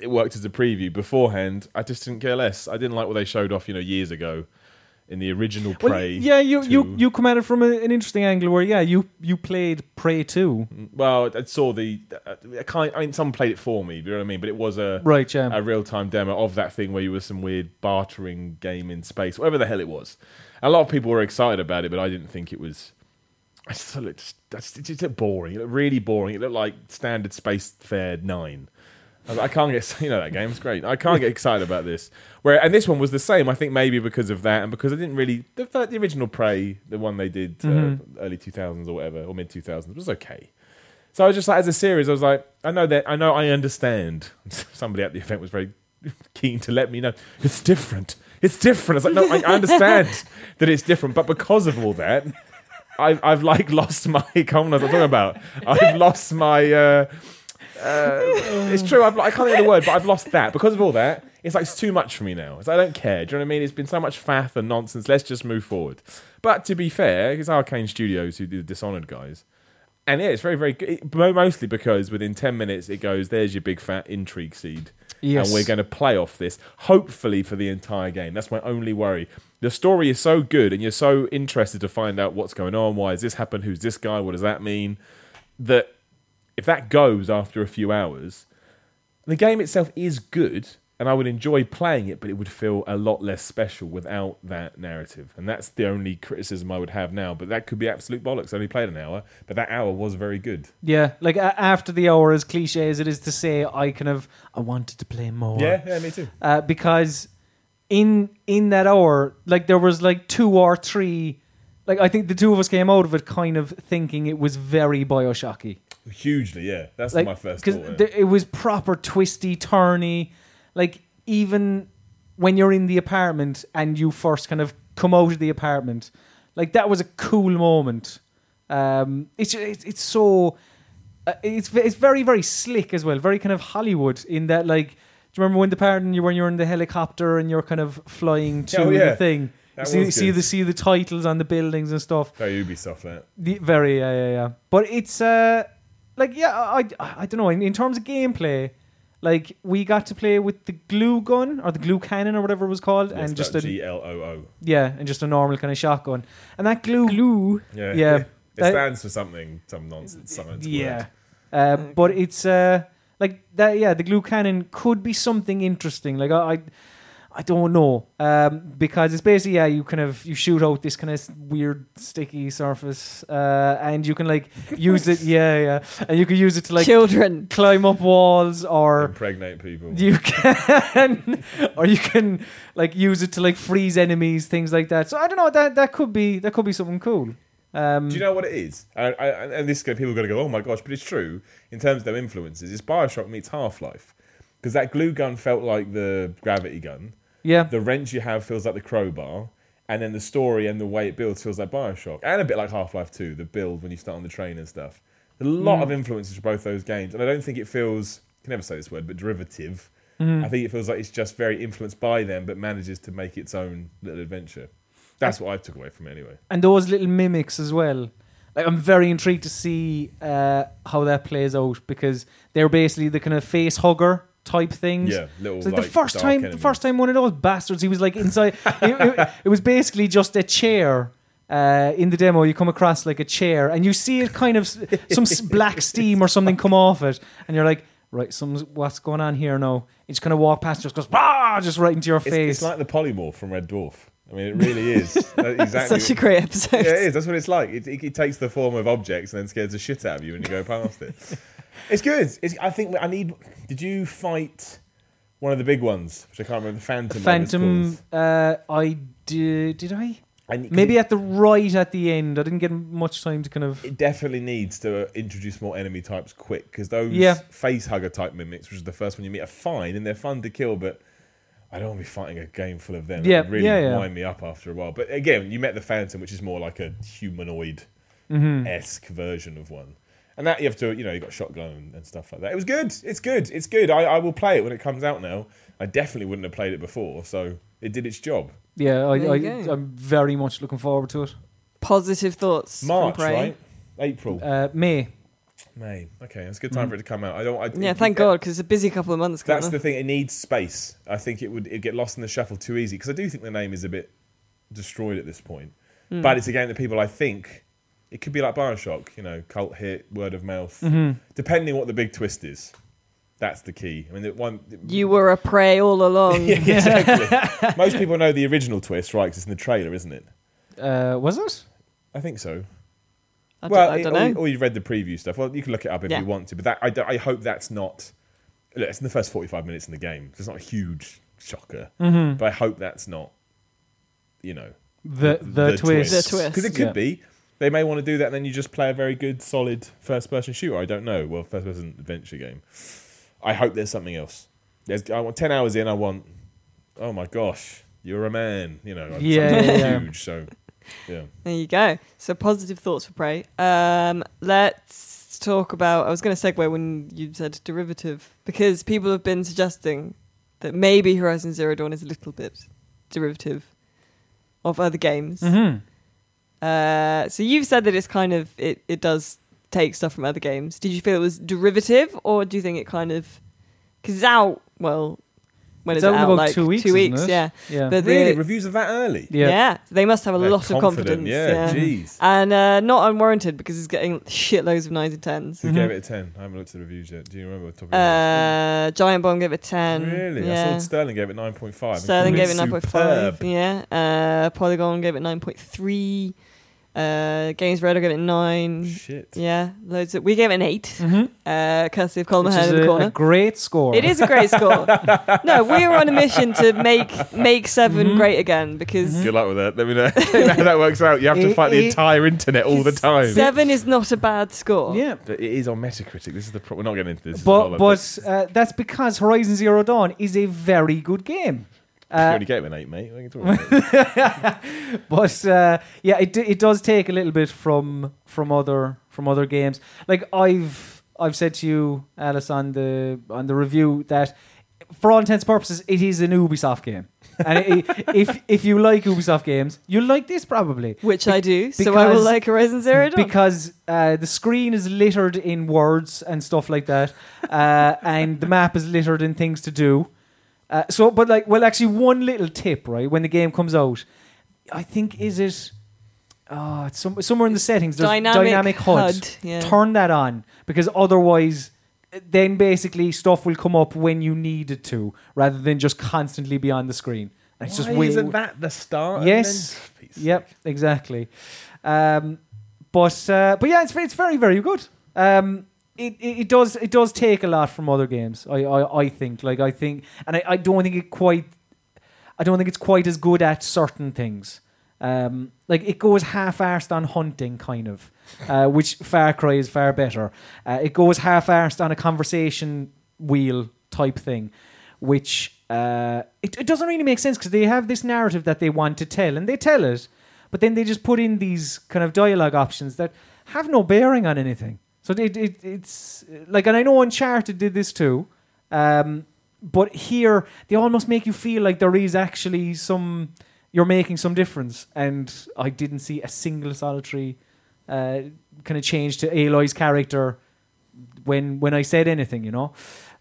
it worked as a preview. Beforehand, I just didn't care less. I didn't like what they showed off, you know, years ago in the original
Well,
Prey.
yeah, you, you
to-
you come at it from a, an interesting angle where yeah, you you played Prey too,
Well, I saw the. uh, I, can't, I mean, someone played it for me. You know what I mean? But it was a
right? Yeah,
a real time demo of that thing where you were some weird bartering game in space, whatever the hell it was. A lot of people were excited about it, but I didn't think it was. I just thought it looked, that's- it just looked boring. It looked really boring. It looked like standard space fare nine. I, was like, I can't get you know that game. It's great. I can't get excited about this. Where and this one was the same. I think maybe because of that and because I didn't really the, fir- the original Prey, the one they did uh, early two thousands or whatever or mid two thousands was okay. So I was just like, as a series, I was like, I know that, I know, I understand. Somebody at the event was very keen to let me know it's different. It's different. I was like, no, I understand that it's different, but because of all that, I've I've like lost my. Come on, what I'm talking about. I've lost my. Uh, uh, it's true. I've, I can't think of the word, but I've lost that because of all that. It's like it's too much for me now. It's like, I don't care. Do you know what I mean? It's been so much faff and nonsense. Let's just move forward. But to be fair, it's Arcane Studios who did the Dishonored guys. And yeah, it's very, very good. It- mo- mostly because within 10 minutes it goes, there's your big fat intrigue seed.
Yes.
And we're going to play off this, hopefully, for the entire game. That's my only worry. The story is so good and you're so interested to find out what's going on. Why has this happened? Who's this guy? What does that mean? That if that goes after a few hours, the game itself is good and I would enjoy playing it, but it would feel a lot less special without that narrative. And that's the only criticism I would have now. But that could be absolute bollocks. I only played an hour, but that hour was very good.
Yeah, like a- after the hour, as cliche as it is to say, I kind of I wanted to play more.
Yeah, yeah, me too.
uh, because in in that hour, like there was like two or three, like I think the two of us came out of it kind of thinking it was very Bioshocky.
Hugely, yeah. That's
Like
my first
because
thought. yeah.
it was proper twisty, turny. Like even when you're in the apartment and you first kind of come out of the apartment, like that was a cool moment. Um, it's ju- it's, it's so uh, it's ve- it's very very slick as well, very kind of Hollywood in that like. Do you remember when the pardon you when you're in the helicopter and you're kind of flying to
Oh, yeah.
the thing?
That
see,
was
see
good.
the see the titles on the buildings and stuff.
Very Ubisoft, that.
The, very, yeah, yeah, yeah. But it's uh, like, yeah, I, I, I don't know. In, in terms of gameplay, like we got to play with the glue gun or the glue cannon or whatever it was called,
Yes,
and just
that
a
G-L-O-O.
yeah, and just a normal kind of shotgun. And that glue, glue,
Yeah.
Yeah.
It
That-
stands for something, some nonsense, something.
yeah. Uh, but it's uh, like that. Yeah, the glue cannon could be something interesting. Like I. I I don't know um, because it's basically yeah you kind of you shoot out this kind of weird sticky surface uh, and you can like use it yeah yeah and you can use it to like
Children.
climb up walls or
Impregnate people.
you can or you can like use it to like freeze enemies things like that so i don't know that that could be that could be something cool um
Do you know what it is? And, I- and, and this is gonna- people are going to go, oh my gosh, but it's true in terms of their influences. It's Bioshock meets Half Life because that glue gun felt like the gravity gun.
yeah
The wrench you have feels like the crowbar, and then the story and the way it builds feels like Bioshock, and a bit like Half Life Two, the build when you start on the train and stuff. A lot
Mm.
of influences for both those games, and I don't think it feels. I can never say this word, but derivative.
Mm.
I think it feels like it's just very influenced by them, but manages to make its own little adventure. That's what I took away from it anyway.
and those little mimics as well like i'm very intrigued to see uh how that plays out because they're basically the kind of face hugger type things
Yeah, little.
Mm. So
like,
the first
dark
time, the
enemies.
first time one of those bastards, he was like inside. it, it- it was basically just a chair. Uh, in the demo, you come across like a chair, and you see it kind of s- some s- black steam or something come off it, and you're like, right, something's what's going on here now. It just kind of walk past, just goes, "Rah!" just right into your
It's,
face.
it's like the polymorph from Red Dwarf. I mean, it really is. That- exactly.
Such a great episode.
yeah, it is. That's what it's like. It, it, it takes the form of objects and then scares the shit out of you when you go past it. It's good. It's, I think I need. Did you fight one of the big ones, which I can't remember? The Phantom. whatever it's
Phantom.
called?
Uh, I did. Did I?
And it-
Maybe at the right at the end. I didn't get much time to kind of.
It definitely needs to introduce more enemy types quick because those
Yeah.
face hugger type mimics, which is the first one you meet, are fine and they're fun to kill, but I don't want to be fighting a game full of them.
Yeah,
it really
yeah, yeah.
wind me up after a while. But again, you met the Phantom, which is more like a humanoid esque
Mm-hmm.
version of one. And that you have to, you know, you got shotgun and, and stuff like that. It was good. It's good. It's good. I, I will play it when it comes out now. I definitely wouldn't have played it before, so it did its job.
Yeah, I,
There
I,
you go.
I'm very much looking forward to it.
Positive thoughts. from
March,
Prey.
right? April,
Uh, Mm. May.
May. Okay, it's a good time for it to come out. I don't. I,
Yeah, thank
God.
God, because it's a busy couple of months.
That's
coming
the
up.
thing. It needs space. I think it would it'd get lost in the shuffle too easy because I do think the name is a bit destroyed at this point.
Hmm.
But it's a game that people, I think, it could be like Bioshock. You know, cult hit, word of mouth.
Hmm.
Mm-hmm.
Depending what the big twist is, that's the key. I mean, the one
you were a prey all along.
Yeah, exactly. Most people know the original twist, right? 'cause it's in the trailer, isn't it?
Uh, was it?
I think so.
I don't,
well,
I
it-
don't
or,
know.
or you've read the preview stuff. Well, you can look it up if
Yeah.
you want to, but that I, don't- I hope that's not. Look, it's in the first forty-five minutes in the game. so It's not a huge shocker,
Mm-hmm.
but I hope that's not. You know,
The the, twist.
twist. The twist.
because it could
Yeah.
be. They may want to do that, and then you just play a very good, solid first-person shooter. I don't know. Well, first-person adventure game. I hope there's something else. There's, I want ten hours in. I want. Oh my gosh, you're a man. You know, something
Yeah, yeah, yeah.
huge. So, yeah.
There you go. So positive thoughts for prey. Um, let's talk about. I was going to segue when you said derivative because people have been suggesting that maybe Horizon Zero Dawn is a little bit derivative of other games.
Mm-hmm.
Uh, so you've said that it's kind of it, it does take stuff from other games. Did you feel it was derivative, or do you think it kind of because it's out? Well, when
It's
is it
out in
out
about
like
two weeks,
two
isn't
weeks,
it?
yeah.
Yeah.
But
Really,
the-
reviews are that early.
yeah, so they must have a
They're
lot of confidence.
Yeah, jeez.
and uh, not unwarranted because it's getting shitloads of nines and tens.
Who
Mhm.
gave it a ten? I haven't looked at the reviews yet. Do you remember? off the Top of your head?
Uh, Giant Bomb gave it ten.
really? I
Yeah.
saw Sterling gave it nine point five.
Sterling gave it nine point five.
Superb.
Yeah. Uh, Polygon gave it nine point three. Uh, Games Radar gave it nine.
Shit.
Yeah, loads. Of, we gave it an eight.
Mm-hmm.
uh, courtesy of Colin
Which
Mahone
is
in the
a, a
corner.
great score.
It is a great score. no, we are on a mission to make make 7
Mhm.
great again because
Good luck with that. Let me know how that works out. You have to fight the entire internet all the time.
seven is not a bad score.
Yeah.
But it is on Metacritic. This is the pro- we're not getting into this. This is a whole
But
other-
but uh, that's because Horizon Zero Dawn is a very good game.
you
Uh,
only gave it an eight, mate. What are you talking about?
but uh, yeah, it d- it does take a little bit from from other from other games. Like I've I've said to you, Alice, on the on the review that for all intents and purposes, it is an Ubisoft game. And i i- if if you like Ubisoft games, you'll like this probably
Which I do, so I will
because-
like Horizon Zero Dawn.
because uh, the screen is littered in words and stuff like that, uh, and the map is littered in things to do. Uh, so, but like, well, actually, one little tip, right? When the game comes out, I think is it, oh, it's some, somewhere in the settings. There's dynamic, HUD.
yeah.
Turn that on because otherwise, then basically stuff will come up when you need it to, rather than just constantly be on the screen. And It's just
Why
way-
isn't that the start?
Yes. Yep, exactly. Um, but uh, but yeah, it's it's very very good. Um, it, it it does it does take a lot from other games. I I, I think like I think, and I, I don't think it quite. I don't think it's quite as good at certain things. Um, like it goes half-arsed on hunting, kind of, uh, which Far Cry is far better. Uh, it goes half-arsed on a conversation wheel type thing, which uh, it, it doesn't really make sense because they have this narrative that they want to tell and they tell it, but then they just put in these kind of dialogue options that have no bearing on anything. So it, it, it's like, and I know Uncharted did this too, um, but here they almost make you feel like there is actually some, you're making some difference. And I didn't see a single solitary uh, kind of change to Aloy's character when when I said anything, you know.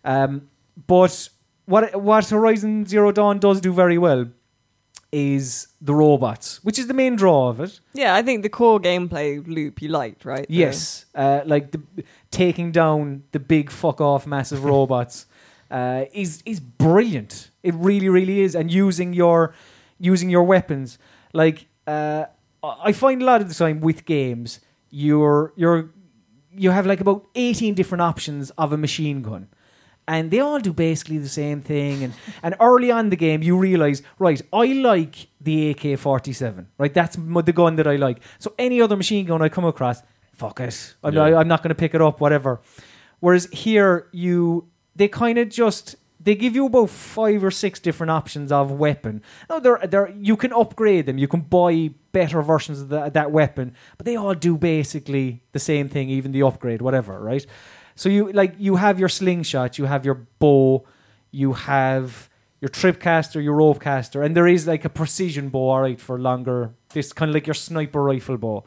Um, but what what Horizon Zero Dawn does do very well is the robots, which is the main draw of it.
yeah, I think the core gameplay loop you liked, right? The-
Yes, uh, like the, taking down the big fuck off massive robots uh, is is brilliant. It really, really is. And using your using your weapons, like uh, I I find a lot of the time with games, you're you're you have like about eighteen different options of a machine gun. And they all do basically the same thing. And, and early on in the game, you realize, right, I like the AK 47, right? That's m- the gun that I like. So any other machine gun I come across, fuck it. I'm,
Yeah.
I'm not going to pick it up, whatever. Whereas here, you they kind of just they give you about five or six different options of weapon. No, they're, they're you can upgrade them. You can buy better versions of that, that weapon, but they all do basically the same thing, even the upgrade, whatever, right? So you like you have your slingshot, you have your bow, you have your tripcaster, your ropecaster, and there is like a precision bow, all right, for longer. This kind of like your sniper rifle bow,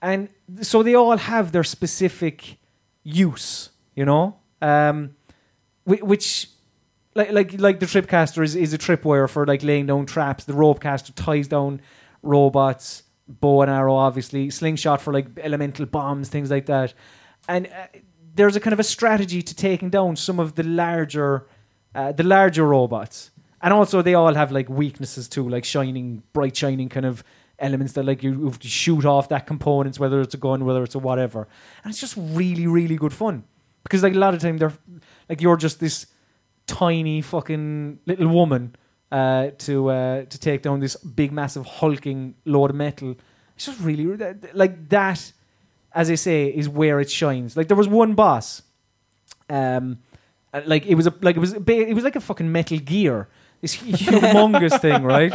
and so they all have their specific use, you know, um, whi- which like like like the tripcaster is is a tripwire for like laying down traps. The ropecaster ties down robots, bow and arrow, obviously slingshot for like elemental bombs, things like that. And uh, there's a kind of a strategy to taking down some of the larger uh, the larger robots. And also they all have like weaknesses too, like shining bright shining kind of elements that like you, you shoot off that components, whether it's a gun, whether it's a whatever. And it's just really, really good fun. Because like a lot of time they're like you're just this tiny fucking little woman uh, to uh, to take down this big massive hulking lord of metal. It's just really like that. As I say, is where it shines. Like there was one boss, um, uh, like it was a like it was a, ba- it was like a fucking Metal Gear, this humongous thing, right?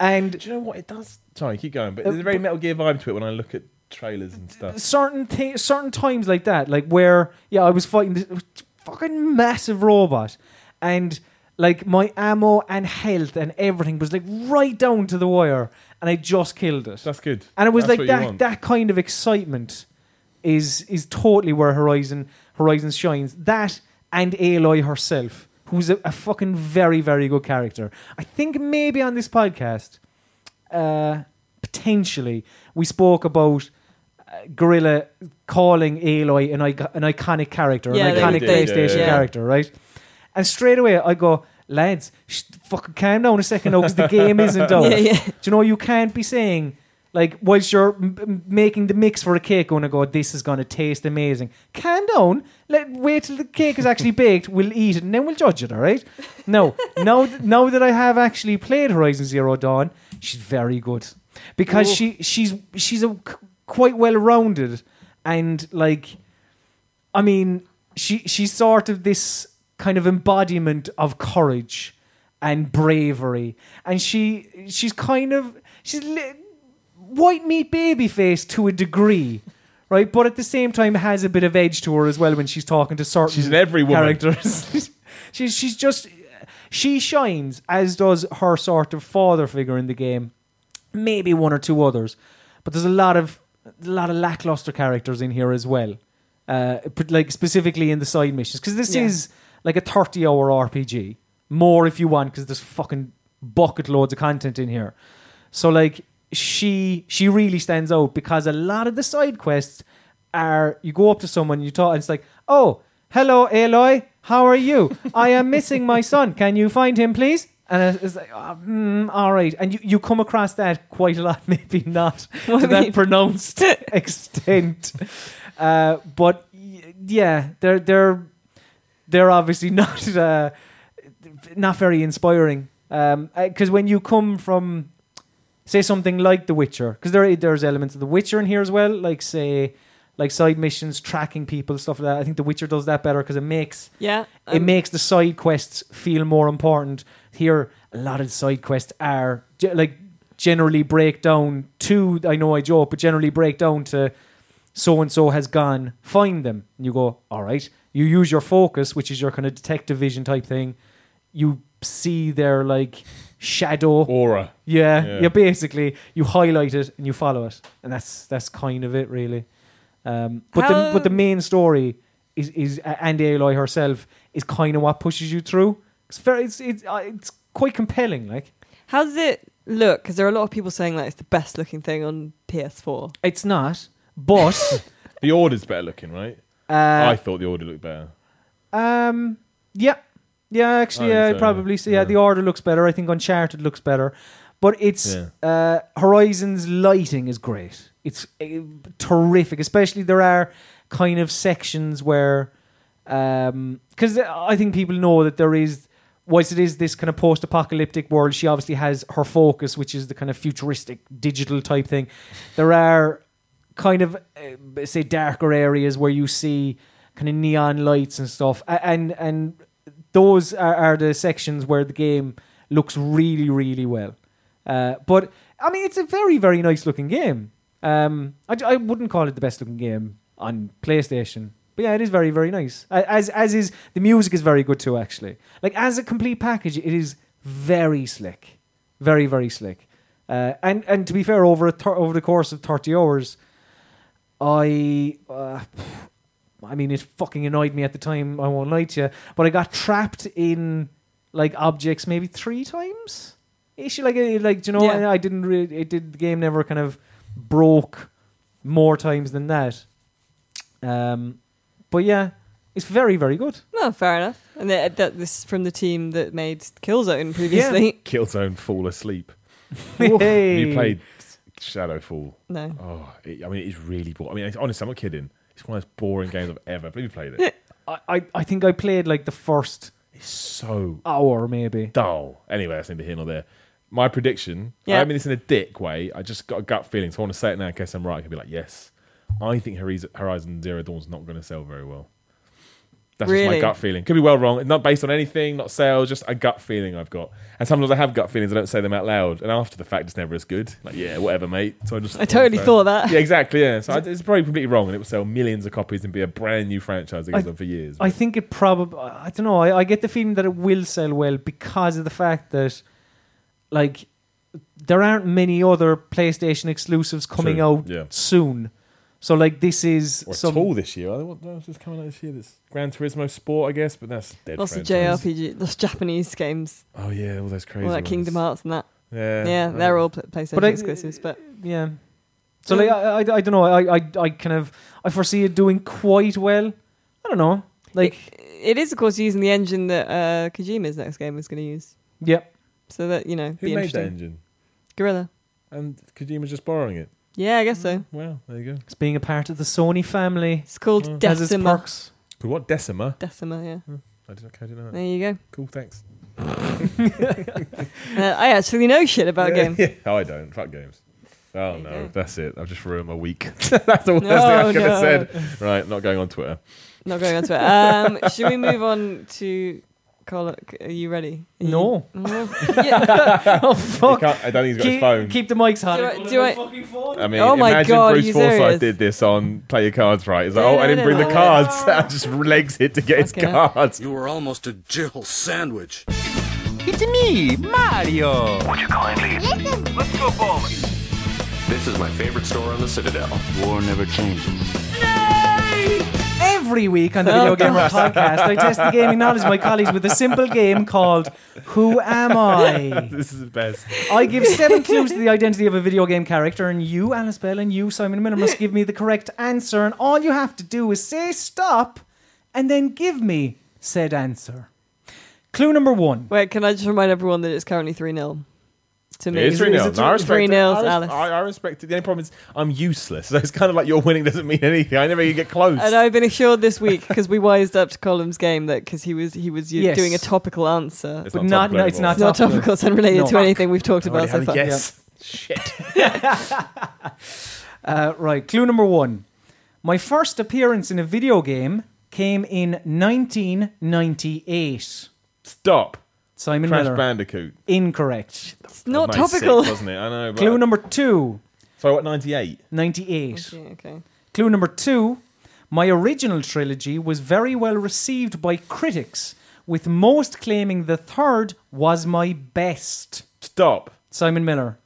And
Do you know what it does? Sorry, keep going. But
Uh,
there's a very
but-
Metal Gear vibe to it when I look at trailers and stuff.
certain thi- certain times like that, like where yeah, I was fighting this fucking massive robot, and Like my ammo and health and everything was like right down to the wire, and I just killed it.
That's good.
And it was like
That's what you
that
want.
that kind of excitement is is totally where Horizon Horizon shines. That and Aloy herself, who's a, a fucking very very good character. I think maybe on this podcast, uh, potentially we spoke about. uh, Gorilla calling Aloy an, ico- an iconic character,
Yeah,
an
they
iconic
did, yeah,
PlayStation
yeah.
character, right? And straight away I go, lads, sh- fucking calm down a second, because the game isn't out.
yeah, yeah.
Do you know you can't be saying like whilst you're m- m- making the mix for a cake, going to go, this is going to taste amazing. Calm down. Let wait till the cake is actually baked. We'll eat it and then we'll judge it. All right? No, now th- now that I have actually played Horizon Zero Dawn, she's very good because
Ooh.
she she's she's a c- quite well rounded and like, I mean, she she's sort of this kind of embodiment of courage and bravery, and she she's kind of she's li- white meat baby face to a degree, right? But at the same time, has a bit of edge to her as well when she's talking to certain
She's an every woman.
characters. she's she's just she shines as does her sort of father figure in the game, maybe one or two others, but there's a lot of a lot of lackluster characters in here as well, uh, but like specifically in the side missions because this
Yeah.
is like a thirty-hour RPG. More if you want because there's fucking bucket loads of content in here. So like she she really stands out because a lot of the side quests are you go up to someone you talk and it's like, "Oh, hello Aloy, how are you? I am missing my son. Can you find him please?" And it's like, "Ah, mm, all right. And you, you come across that quite a lot, maybe not
What
to
do you
that
mean?
pronounced extent. Uh, but y- yeah, they're they're they're obviously not uh, not very inspiring. Because when you come from say something like The Witcher, because there there's elements of The Witcher in here as well, like say like side missions, tracking people, stuff like that. I think The Witcher does that better because it makes
Yeah,
it
um,
makes the side quests feel more important. Here, a lot of the side quests are ge- like generally break down to. I know I joke, but generally break down to so and so has gone. Find them, and you go. All right, you use your focus, which is your kind of detective vision type thing. You see their like shadow.
Aura.
Yeah, yeah.
Yeah.
basically, you highlight it and you follow it, and that's that's kind of it, really. Um, but the
How-
but the main story is is uh, Andy Aloy herself is kind of what pushes you through. It's very it's it's, uh, it's quite compelling. Like
How does it look? Because there are a lot of people saying like it's the best looking thing on PS4.
it's not, but
The order's better looking, right? I
uh,
thought the order looked better.
um yeah yeah actually
I
yeah,
think
I'd
so,
probably see yeah,
yeah.
the order looks better. I think Uncharted looks better, but it's
Yeah.
uh, Horizon's lighting is great. It's uh, terrific, especially there are kind of sections where, because I think people know that there is, whilst it is this kind of post-apocalyptic world, she obviously has her focus, which is the kind of futuristic digital type thing. There are kind of uh, say darker areas where you see kind of neon lights and stuff, A- and and those are, are the sections where the game looks really really well. Uh, but I mean, it's a very, very nice looking game. Um, I, I wouldn't call it the best looking game on PlayStation, but yeah, it is very, very nice. A- As as is the music is very good too. Actually, like as a complete package, it is very slick, very, very slick. Uh, and and to be fair, over a thir- over the course of thirty hours, I. Uh, I mean, it fucking annoyed me at the time. I won't lie to you, but I got trapped in like objects maybe three times. Issue like it- like do you know,
Yeah.
I- I didn't really. It did the game never kind of broke more times than that. Um, but yeah, it's very very good.
No, fair enough. And that, that this is from the team that made Killzone previously.
Killzone Fall Asleep.
Hey.
You played Shadowfall.
No,
Oh, it, I mean, it's really boring. I mean, it's, honestly, I'm not kidding. It's one of the most boring games I've ever played. played it.
I, I I think I played like the first
It's so
hour maybe.
dull. Anyway, that's neither here nor there. My prediction, I
Yeah.
don't mean this in a dick way, I just got a gut feeling, so I want to say it now in case I'm right. I could be like, yes. I think Horiz- Horizon Zero Dawn's not going to sell very well. That's just my
Really?
gut feeling. Could be well wrong. Not based on anything, not sales, just a gut feeling I've got. And sometimes I have gut feelings, I don't say them out loud. And after the fact, it's never as good. Like, yeah, whatever, mate. So I just.
I totally thought that.
Yeah, exactly. Yeah. So I, it's probably completely wrong. And it will sell millions of copies and be a brand new franchise that goes
I-
on for years.
I think it probably. I don't know. I, I get the feeling that it will sell well because of the fact that, like, there aren't many other PlayStation exclusives coming
True,
out
yeah.
soon. So like, this is
or
some.
Tool this year. I don't know What else is coming out this year? This Gran Turismo Sport, I guess, but that's dead.
Lots of
franchise.
JRPG, lots of Japanese games,
Oh yeah, all those crazy.
all that
ones.
Kingdom Hearts and that.
Yeah,
Yeah,
I-
they're all pl- PlayStation
I-
exclusives. But
Yeah. So like, I, I, I don't know. I, I, I kind of I foresee it doing quite well. I don't know. Like,
it, it is, of course, using the engine that uh, Kojima's next game is going to use.
yeah.
So that you know,
Who
be
made that
interesting.
engine?
Gorilla.
And Kojima's just borrowing it.
Yeah, I guess so.
Wow, there you go.
It's being a part of the Sony family.
It's called
Mm.
Has its
Decima.
perks.
Cool, what Decima?
Decima. Yeah.
I didn't, okay, I didn't know. That.
There you go.
Cool, thanks.
Uh, I actually know shit about
Yeah,
games.
yeah. I don't. Fuck games. Oh
There you
no,
go.
that's it. I've just ruined my week. that's the
No,
worst thing I could
no.
have said. Right, not going on Twitter.
Not going on to it. Um, should we move on to? Call Are you ready? Are you-
No.
No? Yeah.
oh
He
fuck.
can't- I don't think he's got his
Keep,
phone.
keep the mics high.
Do I- do I-
I mean,
Oh my
imagine
God, are
Bruce
you
Forsyth
serious?
did this on Play Your Cards Right. He's like, oh, I didn't bring the cards. I just legs it to get his
Fucking hell.
cards.
You were almost a Jill sandwich.
It's me, Mario.
This is my favorite store on the Citadel.
War never changes.
Every week on the Video Gamer podcast, I test the gaming knowledge of my colleagues with a simple game called Who Am I?
This is the best.
I give seven clues to the identity of a video game character, and you, Alice Bell, and you, Simon Miller, must give me the correct answer. And all you have to do is say stop and then give me said answer. Clue number one.
Wait, can I just remind everyone that it's currently 3 0 to me?
It is 3 0. No, I respect
3
it.
0
I, res-
Alice.
I, I respect it. The only problem is I'm useless. So it's kind of like your winning doesn't mean anything. I never even get close.
and I've been assured this week because we wised up to Column's game that because he was he was u-
Yes.
doing a topical answer.
It's
It's
But not, no, it's
playable.
not,
not
topical.
topical, it's unrelated
No.
to anything we've talked
I already
about so far.
had a guess.
Uh, right, clue number one. My first appearance in a video game came in 1998.
Stop.
Simon
Crash
Miller.
Bandicoot.
Incorrect.
It's not
96,
topical.
wasn't it? I know. But
Clue number two,
Sorry, what? Ninety-eight.
98.
Yeah, okay.
Clue number two, my original trilogy was very well received by critics, with most claiming the third was my best.
Stop.
Simon Miller.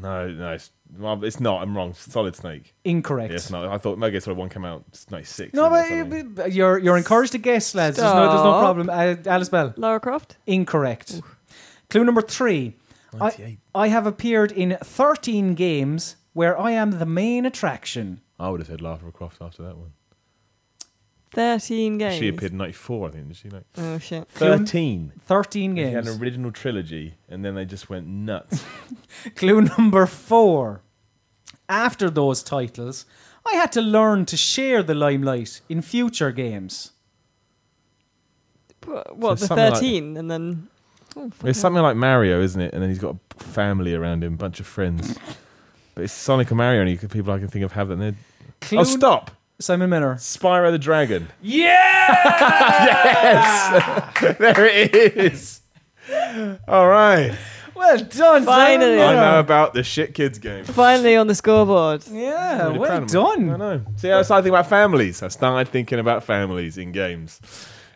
No, no, it's, well, it's not. I'm wrong. Solid Snake.
Incorrect.
Yeah, it's not. I thought Megas would have one come out it's ninety-six.
No,
isn't it, or something?
but, but you're you're encouraged to guess, lads. There's no, there's no
Stop.
problem. Uh, Alice Bell.
Lara Croft?
Incorrect. Clue number three. I,
98.
I have appeared in 13 games where I am the main attraction.
I would have said Lara Croft after that one.
13 games.
She appeared in ninety-four, I think. Didn't she like
Oh, shit.
thirteen?
13
She had an
games.
original trilogy, and then they just went nuts.
Clue number four. After those titles, I had to learn to share the limelight in future games.
Wha- What,
So
the
something like-
13? and then. Oh, fuck.
It's something like Mario, isn't it? And then he's got a family around him, bunch of friends. But it's Sonic and Mario, and you could- people I can think of have that. And they're-
Clue
oh, stop!
Simon Miller.
Spyro the Dragon. Yeah! yes! there it is. All right.
Well done, Simon
Finally.
I
Miller.
know about the shit kids game.
Finally on the scoreboard.
Yeah,
Really
well
proud of me. I
done.
know. See, I started thinking about families. I started thinking about families in games.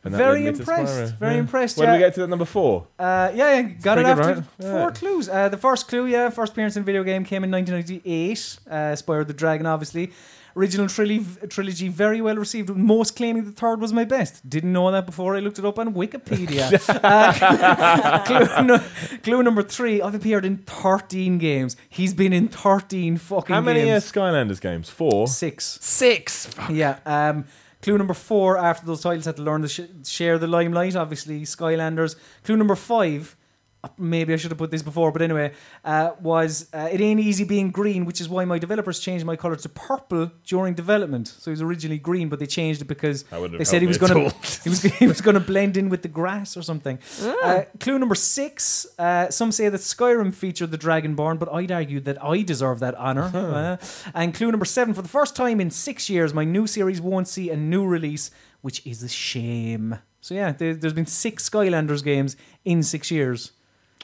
And that
Very
led me to
impressed.
Spyro.
Very impressed.
When
yeah.
do we get to that number four?
Uh, yeah, yeah, got it
pretty good,
after
right?
four
Yeah.
clues. Uh, the first clue, yeah, first appearance in video game came in 1998. Uh, Spyro the Dragon, obviously. Original trili- trilogy, very well received, with most claiming the third was my best. Didn't know that before I looked it up on Wikipedia. uh, clue, no- clue number three, I've appeared in 13 games. He's been in 13 fucking
How many uh,
games.
Skylanders games? Four.
Six.
Six.
Yeah. Um, clue number four after those titles had to learn to sh- share the limelight, obviously, Skylanders. Clue number five uh, maybe I should have put this before, but anyway, uh, was uh, it ain't easy being green, which is why my developers changed my color to purple during development. So it was originally green, but they changed it because
That wouldn't have
they said he was
helped me
going
at
to he was he was going to blend in with the grass or something.
Ah.
Uh, clue number six: uh, some say that Skyrim featured the Dragonborn, but I'd argue that I deserve that honor.
Uh-huh.
Uh, and clue number seven: for the first time in six years, my new series won't see a new release, which is a shame. So yeah, there, there's been six Skylanders games in six years.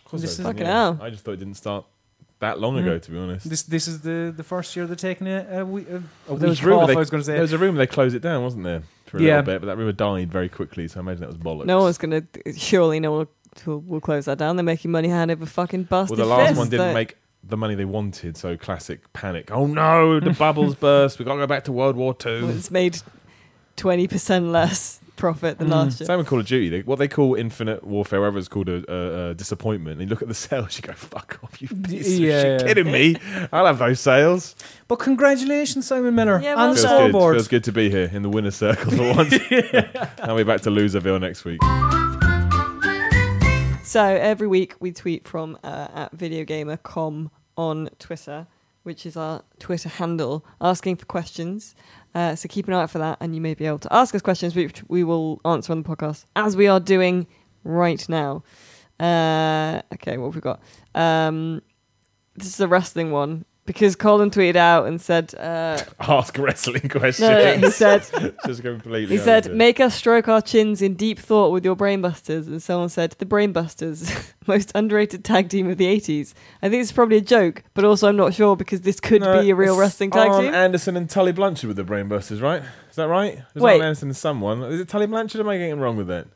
Of course
This
I
is- Hmm.
didn't,
Fucking
yeah.
hell.
I just thought it didn't start that long ago, to be honest.
This this is the the first year they're taking a, a, we- a, a
There was
week
rumour
off.
they-
I was going to say
There was a rumor they closed it down, wasn't there? For a
Yeah.
little bit, but that rumor died very quickly, so I imagine that was bollocks.
No one's gonna. Surely no one will, will close that down. They're making money hand over fucking
Well,
bastard.
the last
fist.
one
Like,
didn't make the money they wanted, so classic panic. Oh no, the bubbles burst. We've got to go back to World War
well,
Two.
It's made twenty percent less profit
Mm.
than last year.
Same with Call of Duty. They, what they call infinite warfare, whatever it's called, a, a, a disappointment. And you look at the sales, you go, "Fuck off, you piece
Yeah,
of shit!
yeah.
Kidding me? I'll have those sales."
But congratulations, Simon Miller,
Yeah,
on
well
the
Feels
done.
good.
scoreboard.
Feels good to be here in the winner's circle for once. I'll be back to Loserville next week.
So every week we tweet from uh, at videogamer.com on Twitter, which is our Twitter handle, asking for questions. Uh, so keep an eye out for that, and you may be able to ask us questions, which we will answer on the podcast as we are doing right now. Uh, okay, what have we got? Um, this is a wrestling one because Colin tweeted out and said, uh,
Ask wrestling questions.
no, no, no, he said,
Just completely.
he said,
overdue.
"Make us stroke our chins in deep thought with your brainbusters." And someone said, "The brainbusters, most underrated tag team of the '80s." I think it's probably a joke, but also I'm not sure because this could
No,
be a real
it's
wrestling tag
Arn
team.
Anderson and Tully Blanchard with the brainbusters, right? Is that right? There's
Wait.
Arn Anderson and someone. Is it Tully Blanchard? Or am I getting it wrong with that?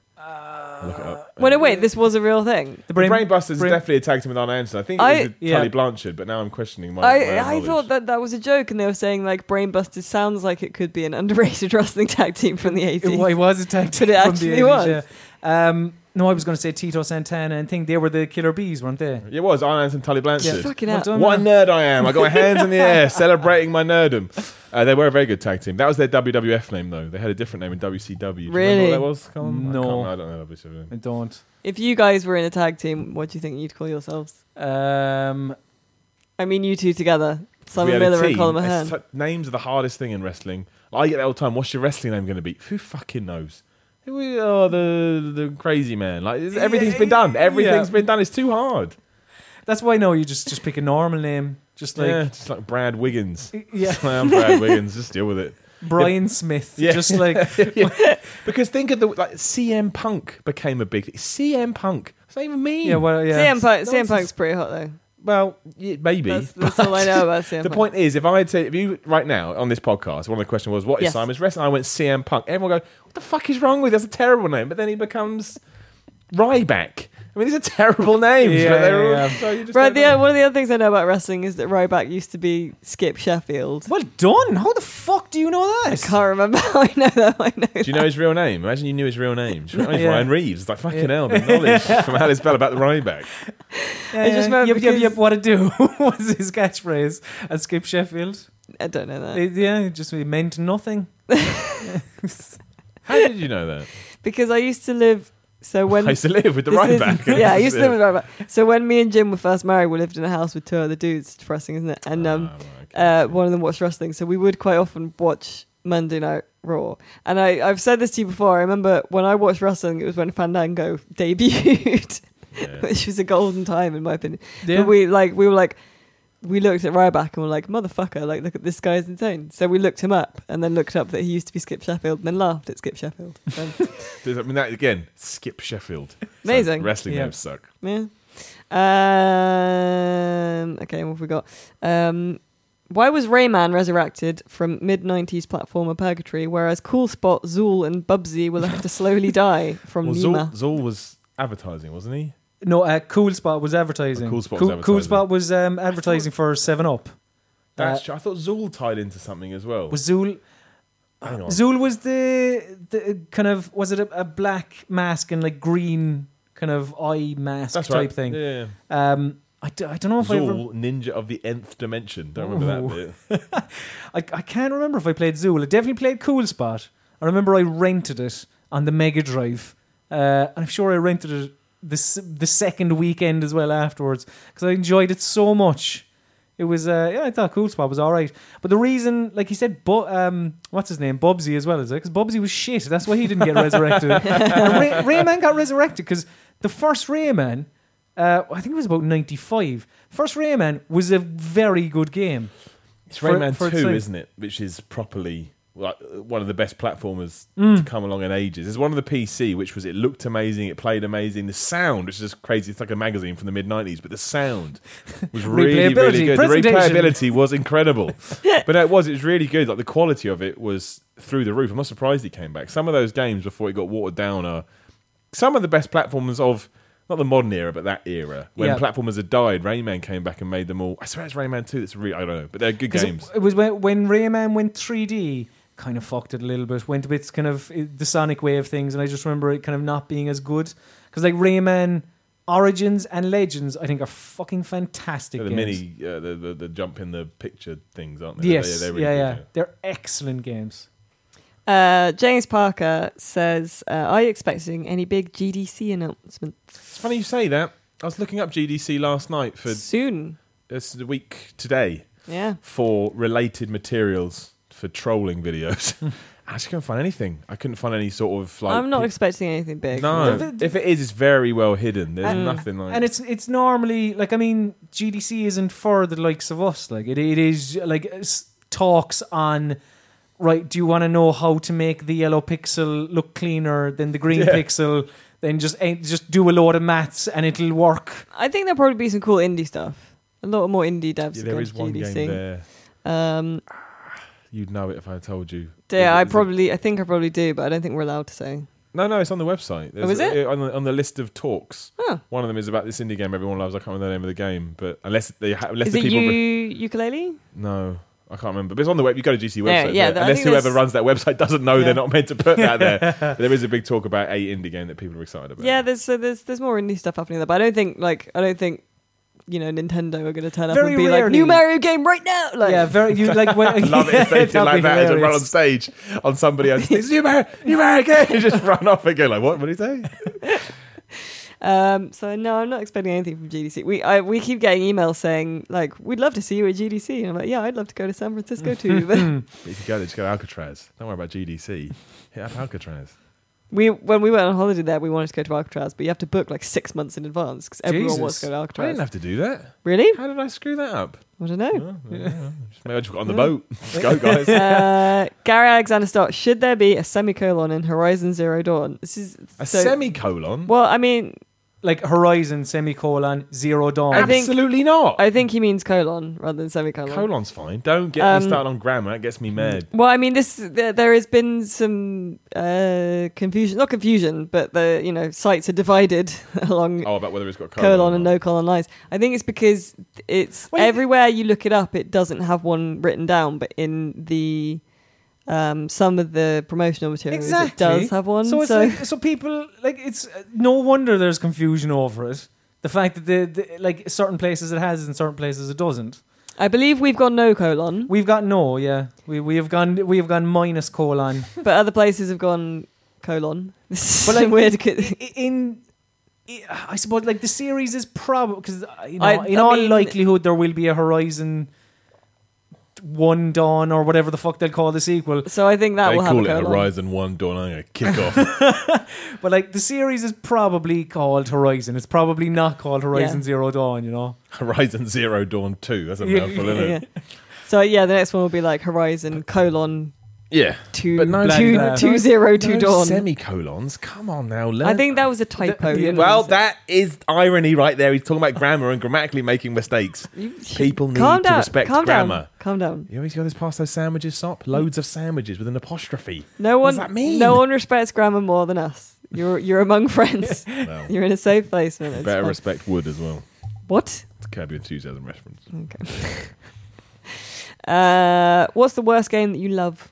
Look it up.
well, no, wait, this was a real thing.
Uh, The
The brainbusters
brain-
is definitely a tag team with Arn Anderson. I think it
I-
was with
Yeah.
Tully Blanchard, but now I'm questioning my. my own
I, I
knowledge.
thought that that was a joke, and they were saying like brainbusters sounds like it could be an underrated wrestling tag team from the
It, wa- it
'80s.
was a tag team
But it
from
actually
the 80s,
was.
yeah. Um, no, I was going to say Tito Santana and think they were the Killer Bees, weren't they?
Yeah, it was Arn Anderson, Tully
Yeah.
Blanchard.
Fucking
Well
hell.
done,
What a
man.
nerd I am! I got my hands in the air, celebrating my nerdom. Uh, they were a very good tag team. That was their WWF name, though. They had a different name in WCW. Do you remember
Really?
what that was? Colin? I,
No.
can't- I don't know WCW.
I don't.
If you guys were in a tag team, what do you think you'd call yourselves?
Um,
I mean, you two together,
We
Simon
had a
Miller and
team.
Colin
It's
Mahern.
su- names are the hardest thing in wrestling. I get that all the time. What's your wrestling name going to be? Who fucking knows? Who we are the the crazy man? Like it's- everything's been done.
Yeah.
Everything's been done. It's too hard.
that's why no, you just just pick a normal name, just like
yeah, just like Brad Wiggins.
Yeah.
I am Brad Wiggins. Just deal with it.
Brian Smith,
Yeah.
just like
Because think of the like CM Punk became a big CM Punk. What's that even mean?
yeah, well, yeah.
CM Punk, CM
Nonsense.
Punk's pretty hot though.
well, yeah, maybe.
That's, that's all I know about CM
The
Punk.
point is, if I had said, if you right now on this podcast, one of the questions was, "What is
Yes.
Simon's wrestling?" I went CM Punk. Everyone go, "What the fuck is wrong with you? That's a terrible name." But then he becomes Ryback. I mean, these are terrible names.
Yeah,
but they're
yeah,
all-
yeah.
so you just
Right,
don't
the, uh,
know.
one of the other things I know about wrestling is that Ryback used to be Skip Sheffield.
Well done. How the fuck do you know that?
Can't remember how I know that. I know.
Do you know his real name? Imagine you knew his real name. Do you remember his
Yeah.
Ryan Reeves? It's like fucking hell. The knowledge from Alice Bell about the
I
Yeah,
Ryback.
just
yeah.
remember
Yep, yep,
because-
yep. What I do was his catchphrase at Skip Sheffield.
I don't know that
It- yeah, it just it meant nothing.
How did you know that?
because I used to live. So when
I used to live with the
this is-
Ryback.
yeah, I used to live with Ryback. So when me and Jim were first married, we lived in a house with two other dudes. It's Depressing, isn't it? And um,
Ah, right, okay.
uh, one of them watched wrestling, so we would quite often watch Monday Night Raw. And I, I've said this to you before. I remember when I watched wrestling, it was when Fandango debuted, which was a golden time in my opinion.
Yeah.
But we like we were like we looked at Ryback and were like, motherfucker, like look at this guy's insane. So we looked him up and then looked up that he used to be Skip Sheffield and then laughed at Skip Sheffield.
There's- I mean, that again, Skip Sheffield.
Amazing.
So wrestling
Yeah.
names suck.
Yeah. Um, okay, what have we got? Um, why was Rayman resurrected from mid 90s platformer purgatory, whereas Cool Spot, Zool, and Bubsy were left to slowly die from
Well,
Nima?
Zol, Zol was advertising, wasn't he?
No, uh, Cool Spot was advertising.
Oh, Cool Spot was
cool, Cool
advertising.
Spot was um, advertising for Seven Up.
That's
Uh,
true. I thought Zool tied into something as well.
Was Zool?
Hang on.
Zool was the the kind of was it a, a black mask and like green kind of eye mask
That's
type
right.
thing?
Yeah.
Um, I, d- I don't know if I ever,
Zool, ninja of the nth dimension. Don't remember that bit.
I, I can't remember if I played Zool. I definitely played Cool Spot. I remember I rented it on the Mega Drive. Uh, and I'm sure I rented it the s- the second weekend as well afterwards because I enjoyed it so much. It was uh, yeah, I thought Cool Spot was all right, but the reason, like he said, but um, what's his name, Bubsy as well, is it? Because Bubsy was shit. That's why he didn't get resurrected. And Ray- Rayman got resurrected because the first Rayman, uh, I think it was about ninety five. First Rayman was a very good game.
It's
For-
Rayman
for its
2,
sake.
isn't it? Which is properly like, one of the best platformers
Mm.
to come along in ages. It's one of the PC, which was it looked amazing, it played amazing. The sound, which is just crazy. It's like a magazine from the mid 90s, but the sound was really, really
Replayability,
good. The
presentation.
replayability was incredible. but no, it was, it was really good. Like the quality of it was through the roof. I'm not surprised he came back. Some of those games before it got watered down are some of the best platforms of not the modern era, but that era when
Yeah.
platformers had died. Rayman came back and made them all. I swear it's Rayman 2 that's really, I don't know, but they're good
'Cause it-
games.
It, was when, when Rayman went 3D, kind of fucked it a little bit. Went a bit kind of uh, the Sonic way of things, and I just remember it kind of not being as good because like Rayman Origins and Legends, I think are fucking fantastic.
So the
games.
mini, uh, the, the the jump in the picture things, aren't they?
yes,
They're- they're really
yeah,
good,
yeah, they're excellent games.
Uh, James Parker says, uh, "Are you expecting any big GDC announcements
It's funny you say that. I was looking up GDC last night for
soon?"
this week today
Yeah,
for related materials for trolling videos. I just couldn't find anything. I couldn't find any sort of like.
I'm not expecting anything big.
no,
The- the-
if it is, it's very well hidden. There's
And-
nothing like.
And it's it's normally like I mean GDC isn't for the likes of us. Like it, it is like s- talks on right. Do you want to know how to make the yellow pixel look cleaner than the green
Yeah.
pixel? Then just eh, just do a load of maths and it'll work.
I think there'll probably be some cool indie stuff. A lot more indie devs.
Yeah,
are
there
going
is
to
one
GDC.
game there.
Um,
You'd know it if I told you.
yeah,
There's a-
I
there's a-
probably, I think I probably do, but I don't think we're allowed to say.
No, no, it's on the website. There's
Oh, is
a-
it?
on, the, on the list of talks.
Oh.
One of them is about this indie game everyone loves. I can't remember the name of the game, but unless they ha- unless
Is
the
it
people
you
re-
ukulele?
No, I can't remember. But it's on the web. You go to GC
Yeah,
website.
yeah,
isn't it?
I
Unless
think
whoever
there's-
runs that website doesn't know
Yeah.
they're not meant to put that there. But there is a big talk about a indie game that people are excited about.
Yeah, there's so there's there's more indie stuff happening there, but I don't think like I don't think you know Nintendo are going to turn up
Very
and be like
rarely.
new Mario game right now. Like,
Yeah, very you like. When,
love it if they did
that'd be
like that as a run on
hilarious.
stage on somebody else. It's you Mar- you Mario game. You just run off and go like, what? What did he say?
Um, so no, I'm not expecting anything from GDC. We I, we keep getting emails saying like we'd love to see you at GDC, and I'm like, yeah, I'd love to go to San Francisco too. But
But if you go there, just go to Alcatraz. Don't worry about GDC. Hit up Alcatraz.
we when we went on holiday there, we wanted to go to Alcatraz, but you have to book like six months in advance because everyone wants to go
Jesus.
to
I didn't
Alcatraz.
have to do that.
Really?
How did I screw that up?
I don't know.
Just Maybe I just got on
Hmm.
the boat. Let's go, guys.
Uh, Gary Alexander Stott, should there be a semicolon in Horizon Zero Dawn? This is
A
so-
semicolon?
Well, I mean,
Like Horizon semicolon zero dawn.
I think-
Absolutely not.
I think he means colon rather than semicolon.
Colon's fine. Don't get
Um,
me started on grammar. It gets me mad.
Well, I mean, this there, there has been some uh, confusion, not confusion, but the you know sites are divided along
Oh, about whether it's got colon,
colon, and
or
no colon lines. I think it's because it's
Well, you-
everywhere you look it up, it doesn't have one written down, but in the um, some of the promotional materials, it does have one. So,
So it's like so people like it's uh, no wonder there's confusion over it. The fact that the, the like certain places it has and certain places it doesn't.
I believe we've got no colon,
We've got no, yeah. We we have gone we have gone minus colon.
but other places have gone colon. This
But,
is
like,
weird.
I- I- in I I suppose like the series is probably because you know
I-
in
I
all
mean-
likelihood there will be a Horizon One Dawn or whatever the fuck they'll call the sequel.
So I think that
They
will have a
call it
colon.
Horizon One Dawn. I'm gonna kick off.
But like the series is probably called Horizon. It's probably not called Horizon
Yeah.
Zero Dawn. You know.
Horizon Zero Dawn Two. That's a
Yeah,
mouthful, isn't
Yeah.
it?
So yeah, the next one will be like Horizon colon
Yeah.
two
But no-
two-
Black-
two zero two
No
dawn.
Semicolons. Come on now, learn.
I think that was a typo.
The- the-
didn't
Well,
it?
that is irony right there. He's talking about grammar and grammatically making mistakes. People need
calm
to
down.
respect
calm
grammar.
Down. Calm down.
You always got this past those sandwiches, sop. Loads of sandwiches with an apostrophe.
No
What
one.
does that mean?
No one respects grammar more than us. You're you're among friends.
Well,
You're in a safe place. Man. It's
better
fine.
respect wood as well.
what?
It's Kirby enthusiasm reference.
Uh, what's the worst game that you love?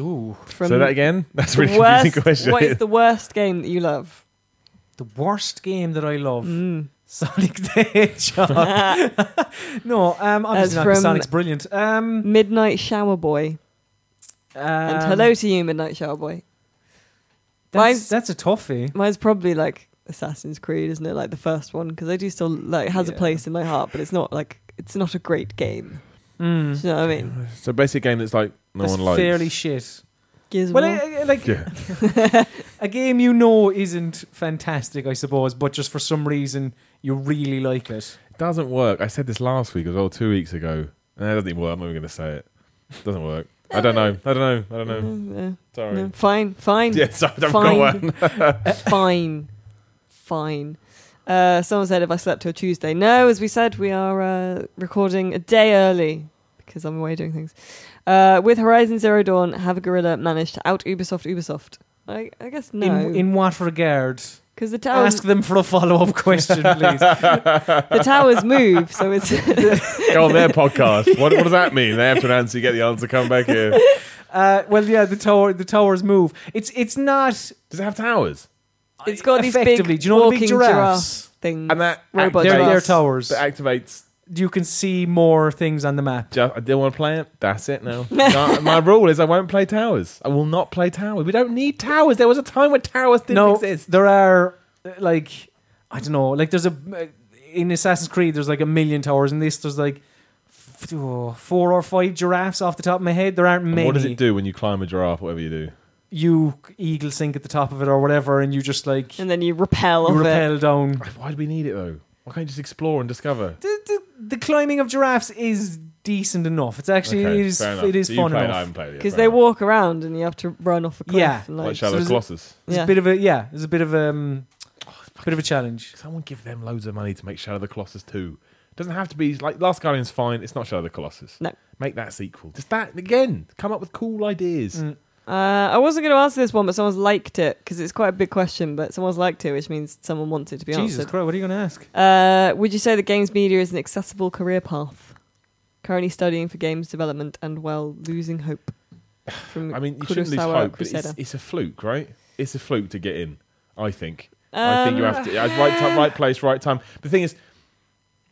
Ooh,
From
Say that again. That's a really
the worst,
confusing question.
What is the worst game that you love?
the worst game that I love.
Mm.
Sonic the Hedgehog. no,
That's
um, obviously not 'cause
from-
Sonic's brilliant. Um,
Midnight Shower Boy. And
um,
hello to you, Midnight Shower Boy.
That's,
mine's-
that's a toughie.
Mine's probably like Assassin's Creed, isn't it? Like the first one, because I do still like it has a place in my heart, but it's not like it's not a great game. Do you know what I mean?
So basically, a game that's like no
Hmm. That's
one likes.
fairly shit.
Gears of
Well,
War.
I- I- like
yeah,
a game you know isn't fantastic, I suppose, but just for some reason you really like it.
it doesn't work. I said this last week as well, two weeks ago. No, it doesn't even work. I'm not even going to say it. It doesn't work. I don't know. I don't know. I don't know.
Yeah.
Sorry.
Mm-hmm. No, fine, fine.
Yes, I don't got
Fine. Uh,
one.
fine, fine. Uh, someone said, "Have I slept till Tuesday?" No, as we said, we are uh, recording a day early because I'm away doing things. Uh, with Horizon Zero Dawn, have a gorilla managed to out Ubisoft? Ubisoft? I, I guess
In,
no,
in what regard?
because the towers
Ask them for a follow up question, please.
the towers move, so it's
Go on their podcast. What, what does that mean? They have to answer. You get the answer. Come back here.
Uh, well, yeah, the tower, the towers move. It's it's not
Does it have towers?
it's got these big
Effectively, do you know the
walking
big
giraffes
giraffes?
things
And that
robot
they're, they're
giraffes.
towers.
That activates.
You can see more things on the map.
Just, I didn't want to play it. That's it now. No, my rule is I won't play towers. I will not play towers. We don't need towers. There was a time when towers didn't
no,
exist.
there are uh, like I don't know. Like there's a uh, in Assassin's Creed, there's like a million towers. In this, there's like f- oh, four or five giraffes off the top of my head. There aren't
And
many.
What does it do when you climb a giraffe? Whatever you do.
You eagle sink at the top of it or whatever, and you just like you
and then you repel off it.
rappel down.
Why do we need it though? Why can't you just explore and discover?
The, the, the climbing of giraffes is decent enough. It's actually
Okay,
it is
fair enough.
it is
So you
fun
played, I
enough.
haven't played it yet,
Because
fair
they
enough.
walk around and you have to run off a cliff.
Yeah.
and,
like
like,
Shadow
so there's a-
Colossus.
It's
yeah.
a bit of a yeah. It's a bit of um, bit of a challenge.
Someone give them loads of money to make Shadow of the Colossus 2. Doesn't have to be like Last Guardian's fine. It's not Shadow of the Colossus.
No.
Make that sequel. Just that again. Come up with cool ideas.
Uh, I wasn't going to answer this one, but someone's liked it because it's quite a big question. But someone's liked it, which means someone wants it to be
Jesus
answered.
Christ, what are you going to ask?
Uh, would you say that games media is an accessible career path? Currently studying for games development and well, losing hope. From
I mean, you shouldn't lose
Kurosawa
hope, but it's,
Crusader.
it's a fluke, right? It's a fluke to get in. I think. I think you
Um,
have to. yeah, Right time, right place, right time. The thing is,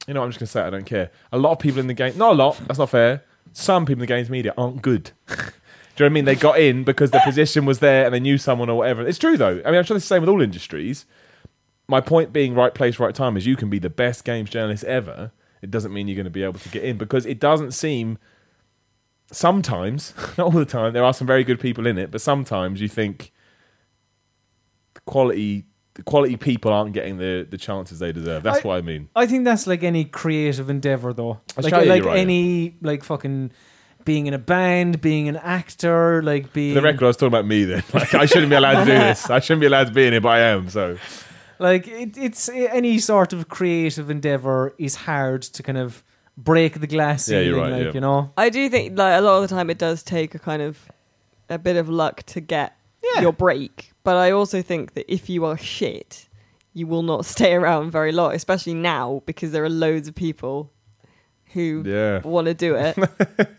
you know, what I'm just going to say it, I don't care. A lot of people in the game, not a lot. That's not fair. Some people in the games media aren't good. Do you know what I mean? They got in because their position was there and they knew someone or whatever. It's true though. I mean, I'm sure it's the same with all industries. My point being, right place, right time is you can be the best games journalist ever. It doesn't mean you're going to be able to get in because it doesn't seem sometimes, not all the time, there are some very good people in it, but sometimes you think the quality the quality people aren't getting the, the chances they deserve. That's
I-
what I mean.
I think that's like any creative endeavor, though.
I
like
tell you,
like
you're right,
any like fucking being in a band, being an actor, like
For
being
the record, I was talking about me then. Like I shouldn't be allowed to do this. I shouldn't be allowed to be in it, but I am. So
like it, it's any sort of creative endeavor is hard to kind of break the glass
Yeah,
ceiling,
you're right,
like
yeah.
you know.
I do think like a lot of the time it does take a kind of a bit of luck to get
Yeah.
your break. But I also think that if you are shit, you will not stay around very long, especially now because there are loads of people who
yeah,
want to do it.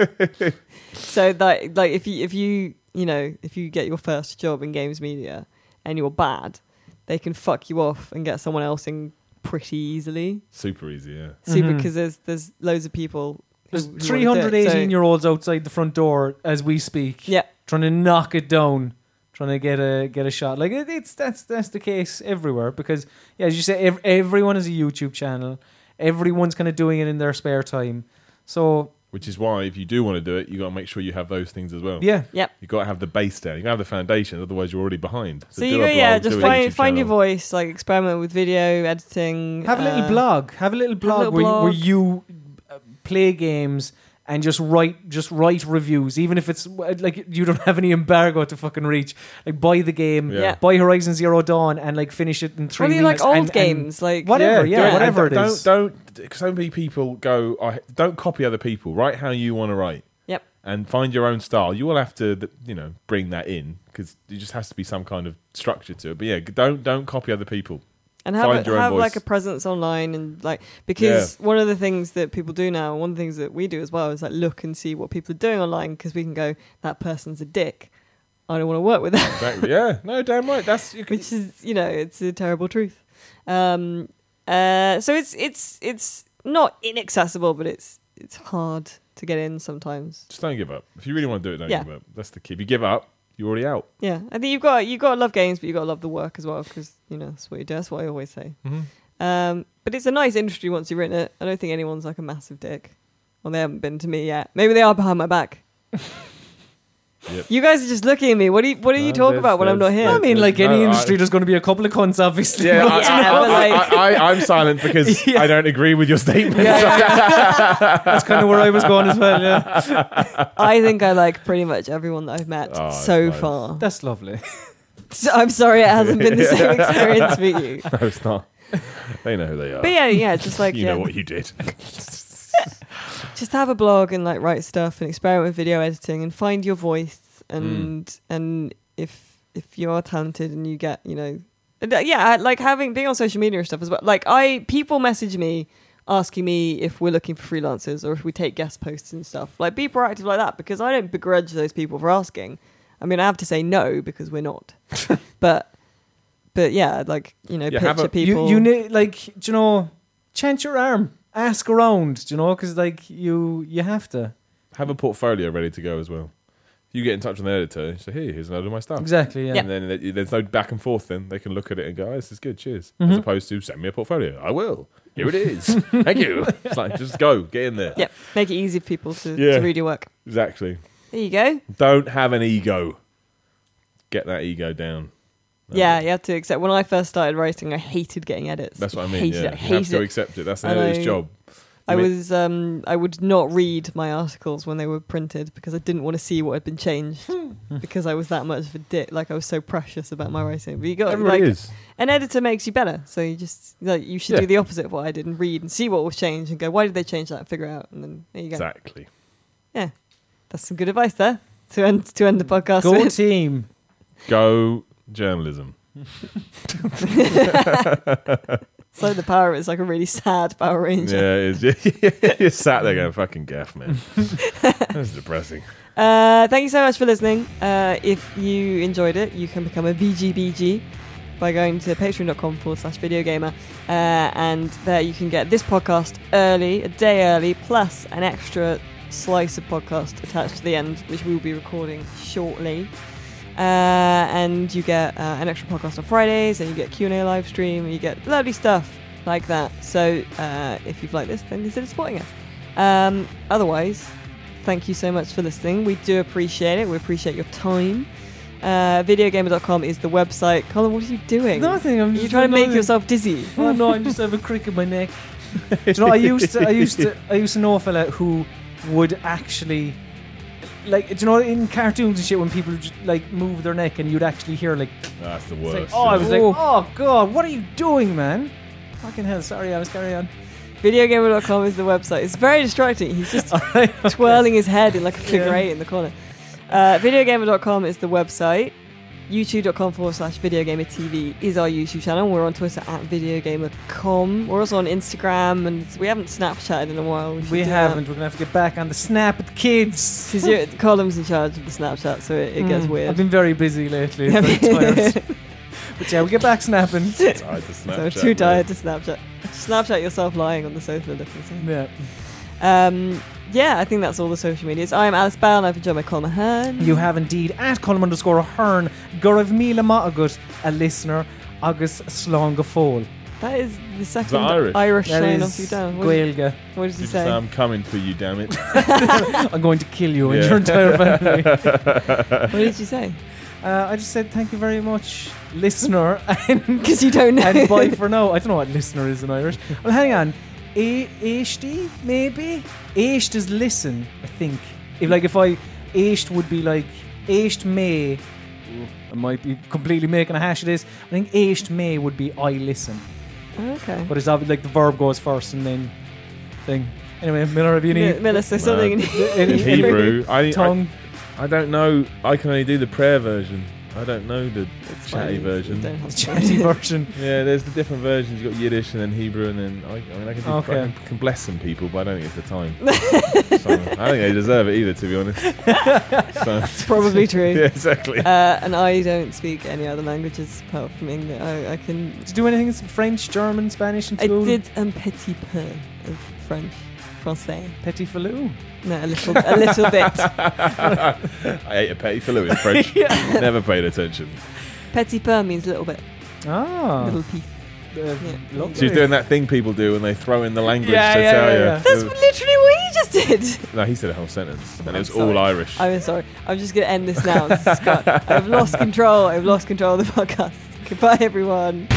so that like if you if you you know if you get your first job in games media and you're bad, they can fuck you off and get someone else in pretty easily.
super easy. Yeah,
Super
Mhm.
because there's there's loads of people. who-
There's
who wanna do it.
318
So-
year olds outside the front door as we speak,
Yeah,
trying to knock it down, trying to get a get a shot. Like it, it's that's that's the case everywhere because yeah, as you say, ev- everyone has a YouTube channel. Everyone's kind of doing it in their spare time. So
which is why if you do want to do it, you got to make sure you have those things as well.
yeah,
yep.
you got to have the base down. You got to have the foundation. Otherwise, you're already behind.
So,
do
you go,
a blog,
yeah,
do
just
a
find
YouTube
find your
channel.
voice, like experiment with video editing.
Have a little
uh,
blog. Have a little blog,
little
where,
blog.
where you uh, play games and just write just write reviews, even if it's uh, like you don't have any embargo to fucking reach. Like buy the game,
Yeah. Yeah.
buy Horizon Zero Dawn, and like finish it in three.
Well, you like
weeks
old
and- and-
games, like
whatever, yeah,
don't-
whatever
and
it is.
Don't don't. So many people go. I don't copy other people. Write how you want to write,
Yep.
and find your own style. You will have to, th- you know, bring that in because it just has to be some kind of structure to it. But yeah, don't don't copy other people.
and have
Find
a,
your own
have like
voice.
a presence online and like because one of the things that people do now, one of the things that we do as well is like look and see what people are doing online because we can go that person's a dick, I don't want to work with them,
Exactly. yeah. No, damn right. That's you can,
which is you know it's a terrible truth. Um, uh, so it's it's it's not inaccessible, but it's it's hard to get in sometimes.
just don't give up. If you really want to do it, don't
Yeah.
give up. That's the key. If you give up, You're already out.
Yeah, I think you've got you've got to love games, but you've got to love the work as well because you know that's what you do. That's what I always say.
Mm-hmm.
Um, but it's a nice industry once you've written it. I don't think anyone's like a massive dick, well, they haven't been to me yet. Maybe they are behind my back.
Yep.
You guys are just looking at me. What do you What are you
No,
talking
there's-
about when I'm not
there's-
here?
I mean,
There's
like
no-
any
I-
industry, there's going to be a couple of cunts, obviously.
Yeah,
I- Yeah, I- but I- like-
I, am silent because I don't agree with your statement.
That's kind of where I was going as well. Yeah.
I think I like pretty much everyone that I've met
Oh,
so
that's nice.
far.
That's lovely.
So I'm sorry it hasn't been the same experience for you.
no, it's not. They know who they are.
But yeah, yeah, just like
you
yeah,
know what you did.
just have a blog and like write stuff and experiment with video editing and find your voice
Hmm.
and and if if you are talented and you get you know and, uh, yeah I- like having being on social media and stuff as well like i people message me asking me if we're looking for freelancers or if we take guest posts and stuff like be proactive like that because i don't begrudge those people for asking i mean i have to say no because we're not but but yeah like you know
Yeah, have
picture
a-
people
You, you need, like, do you know, chance your arm, ask around, do you know, because, like, you you have to.
Have a portfolio ready to go as well. You get in touch with an editor. You say, "Hey, here's a load of my stuff."
Exactly, yeah.
Yeah.
And then th- there's no back and forth. Then they can look at it and go, oh, "This is good, cheers."
Mm-hmm.
As opposed to send me a portfolio. I will. Here it is. Thank you. It's like just go, get in there.
yeah make it easy for people to,
Yeah.
to read your work
Exactly.
there you go
Don't have an ego. Get that ego down.
Yeah, you have to accept. When I first started writing, I hated getting edits.
That's what I mean.
Hated
yeah,
it.
you have
Hated
to
it.
accept it. That's the
And
editor's
I-
job.
I
mean-
was. Um, I would not read my articles when they were printed because I didn't want to see what had been changed. Hmm. because I was that much of a dick. Like I was so precious about my writing. But you got
Everybody
like
is.
an editor makes you better. So you just like you should
Yeah.
do the opposite of what I did and read and see what was changed and go why did they change that and figure it out and then there you go.
Exactly.
Yeah, that's some good advice there to end to end the podcast.
Go
with.
team.
Go journalism.
It's like the power. It's like a really sad Power Ranger.
Yeah, it is. you're sat there going, fucking gaff, man. That's depressing.
Uh, thank you so much for listening. Uh, if you enjoyed it, you can become a VGBG by going to patreon.com forward slash videogamer. Uh, and there you can get this podcast early, a day early, plus an extra slice of podcast attached to the end, which we will be recording shortly. Uh, and you get uh, an extra podcast on Fridays, and you get Q&A live stream, and you get lovely stuff like that. So uh, if you've liked this, then consider supporting us. Um, otherwise, thank you so much for listening. We do appreciate it. We appreciate your time. Uh, videogamer.com is the website. Colin, what are you doing?
Nothing. I'm
Are you
just-
trying to make
nothing.
yourself dizzy?
Oh no, I just have a crick in my neck. Do you know, I used to, I used to, I used to know a fella who would actually, like, do you know, in cartoons and shit, when people would just, like move their neck and you'd actually hear like,
That's the
it's like,
worst.
oh, I was like,
Ooh.
oh god, what are you doing, man? Fucking hell, sorry, I was carrying on.
Videogamer.com is the website. It's very distracting. He's just
Oh,
twirling his head in like a figure eight in the corner. Uh, videogamer.com is the website. YouTube.com forward slash videogamer TV is our YouTube channel. We're on Twitter at videogamer.com. We're also on Instagram and we haven't Snapchatted in a while. should
We
do that.
haven't. We're gonna have to get back on the snap with kids.
Because you're Column's in charge of the Snapchat, so it, it gets
Mm,
weird.
I've been very busy lately. It's very tired. but yeah, we get back snapping.
Tired to
so
Snapchat,
too
man.
tired to Snapchat. Snapchat yourself lying on the sofa looking sad.
Yeah.
Um, yeah, I think that's all the social medias. I'm Alice Bell and I've enjoyed my Colin Mahern.
You have indeed at Colm underscore Hearn, Gorav Mila Matagut, a listener, August Slonga Fall.
That is the second
that Irish?
Irish,
That
line
is
off you down. What, did-
Gaelga.
what did you
Did you
say?
say, I'm coming for you, damn it.
I'm going to kill you and
Yeah.
your entire family.
what did you say?
uh, I just said thank you very much, listener, and,
Because you don't know.
and bye for now. I don't know what listener is in Irish. Well, hang on. A- Aishty, maybe? Aisht is listen, I think. If like if I Aisht would be like Aisht May. Ooh, I might be completely making a hash of this. I think Aisht May would be I listen.
okay.
But it's obviously like the verb goes first and then thing. Anyway, Miller, have you any,
Mi- Miller says something. in-
any,
In
any
Hebrew, I, I,
tongue?
I don't know. I can only do the prayer version. I don't know the
It's fine,
chatty
you
version.
don't have to.
Chatty version.
Yeah, there's the different versions. You've got Yiddish and then Hebrew, and then I, I mean, I can, do,
Okay.
I can, can bless some people, but I don't think it's the time. so, I don't think they deserve it either, to be honest. so,
It's probably true.
yeah, exactly.
Uh, and I don't speak any other languages apart from English. I, I can
Did you do anything in French, German, Spanish in
I
school?
did un petit peu of French. français.
Petit Falou.
No, a little, a little bit.
I ate a petty filou in French. Never paid attention.
Petit peu means little bit,
Ah.
little piece.
Uh, lovely.
She was doing that thing people do when they throw in the language
Yeah,
to
yeah,
tell
yeah,
you.
yeah.
That's literally what you just did.
no, he said a whole sentence, and it was
I'm sorry.
all Irish.
I'm sorry. I'm just going to end this now. This is Scott. I've lost control. I've lost control of the podcast. Goodbye, everyone.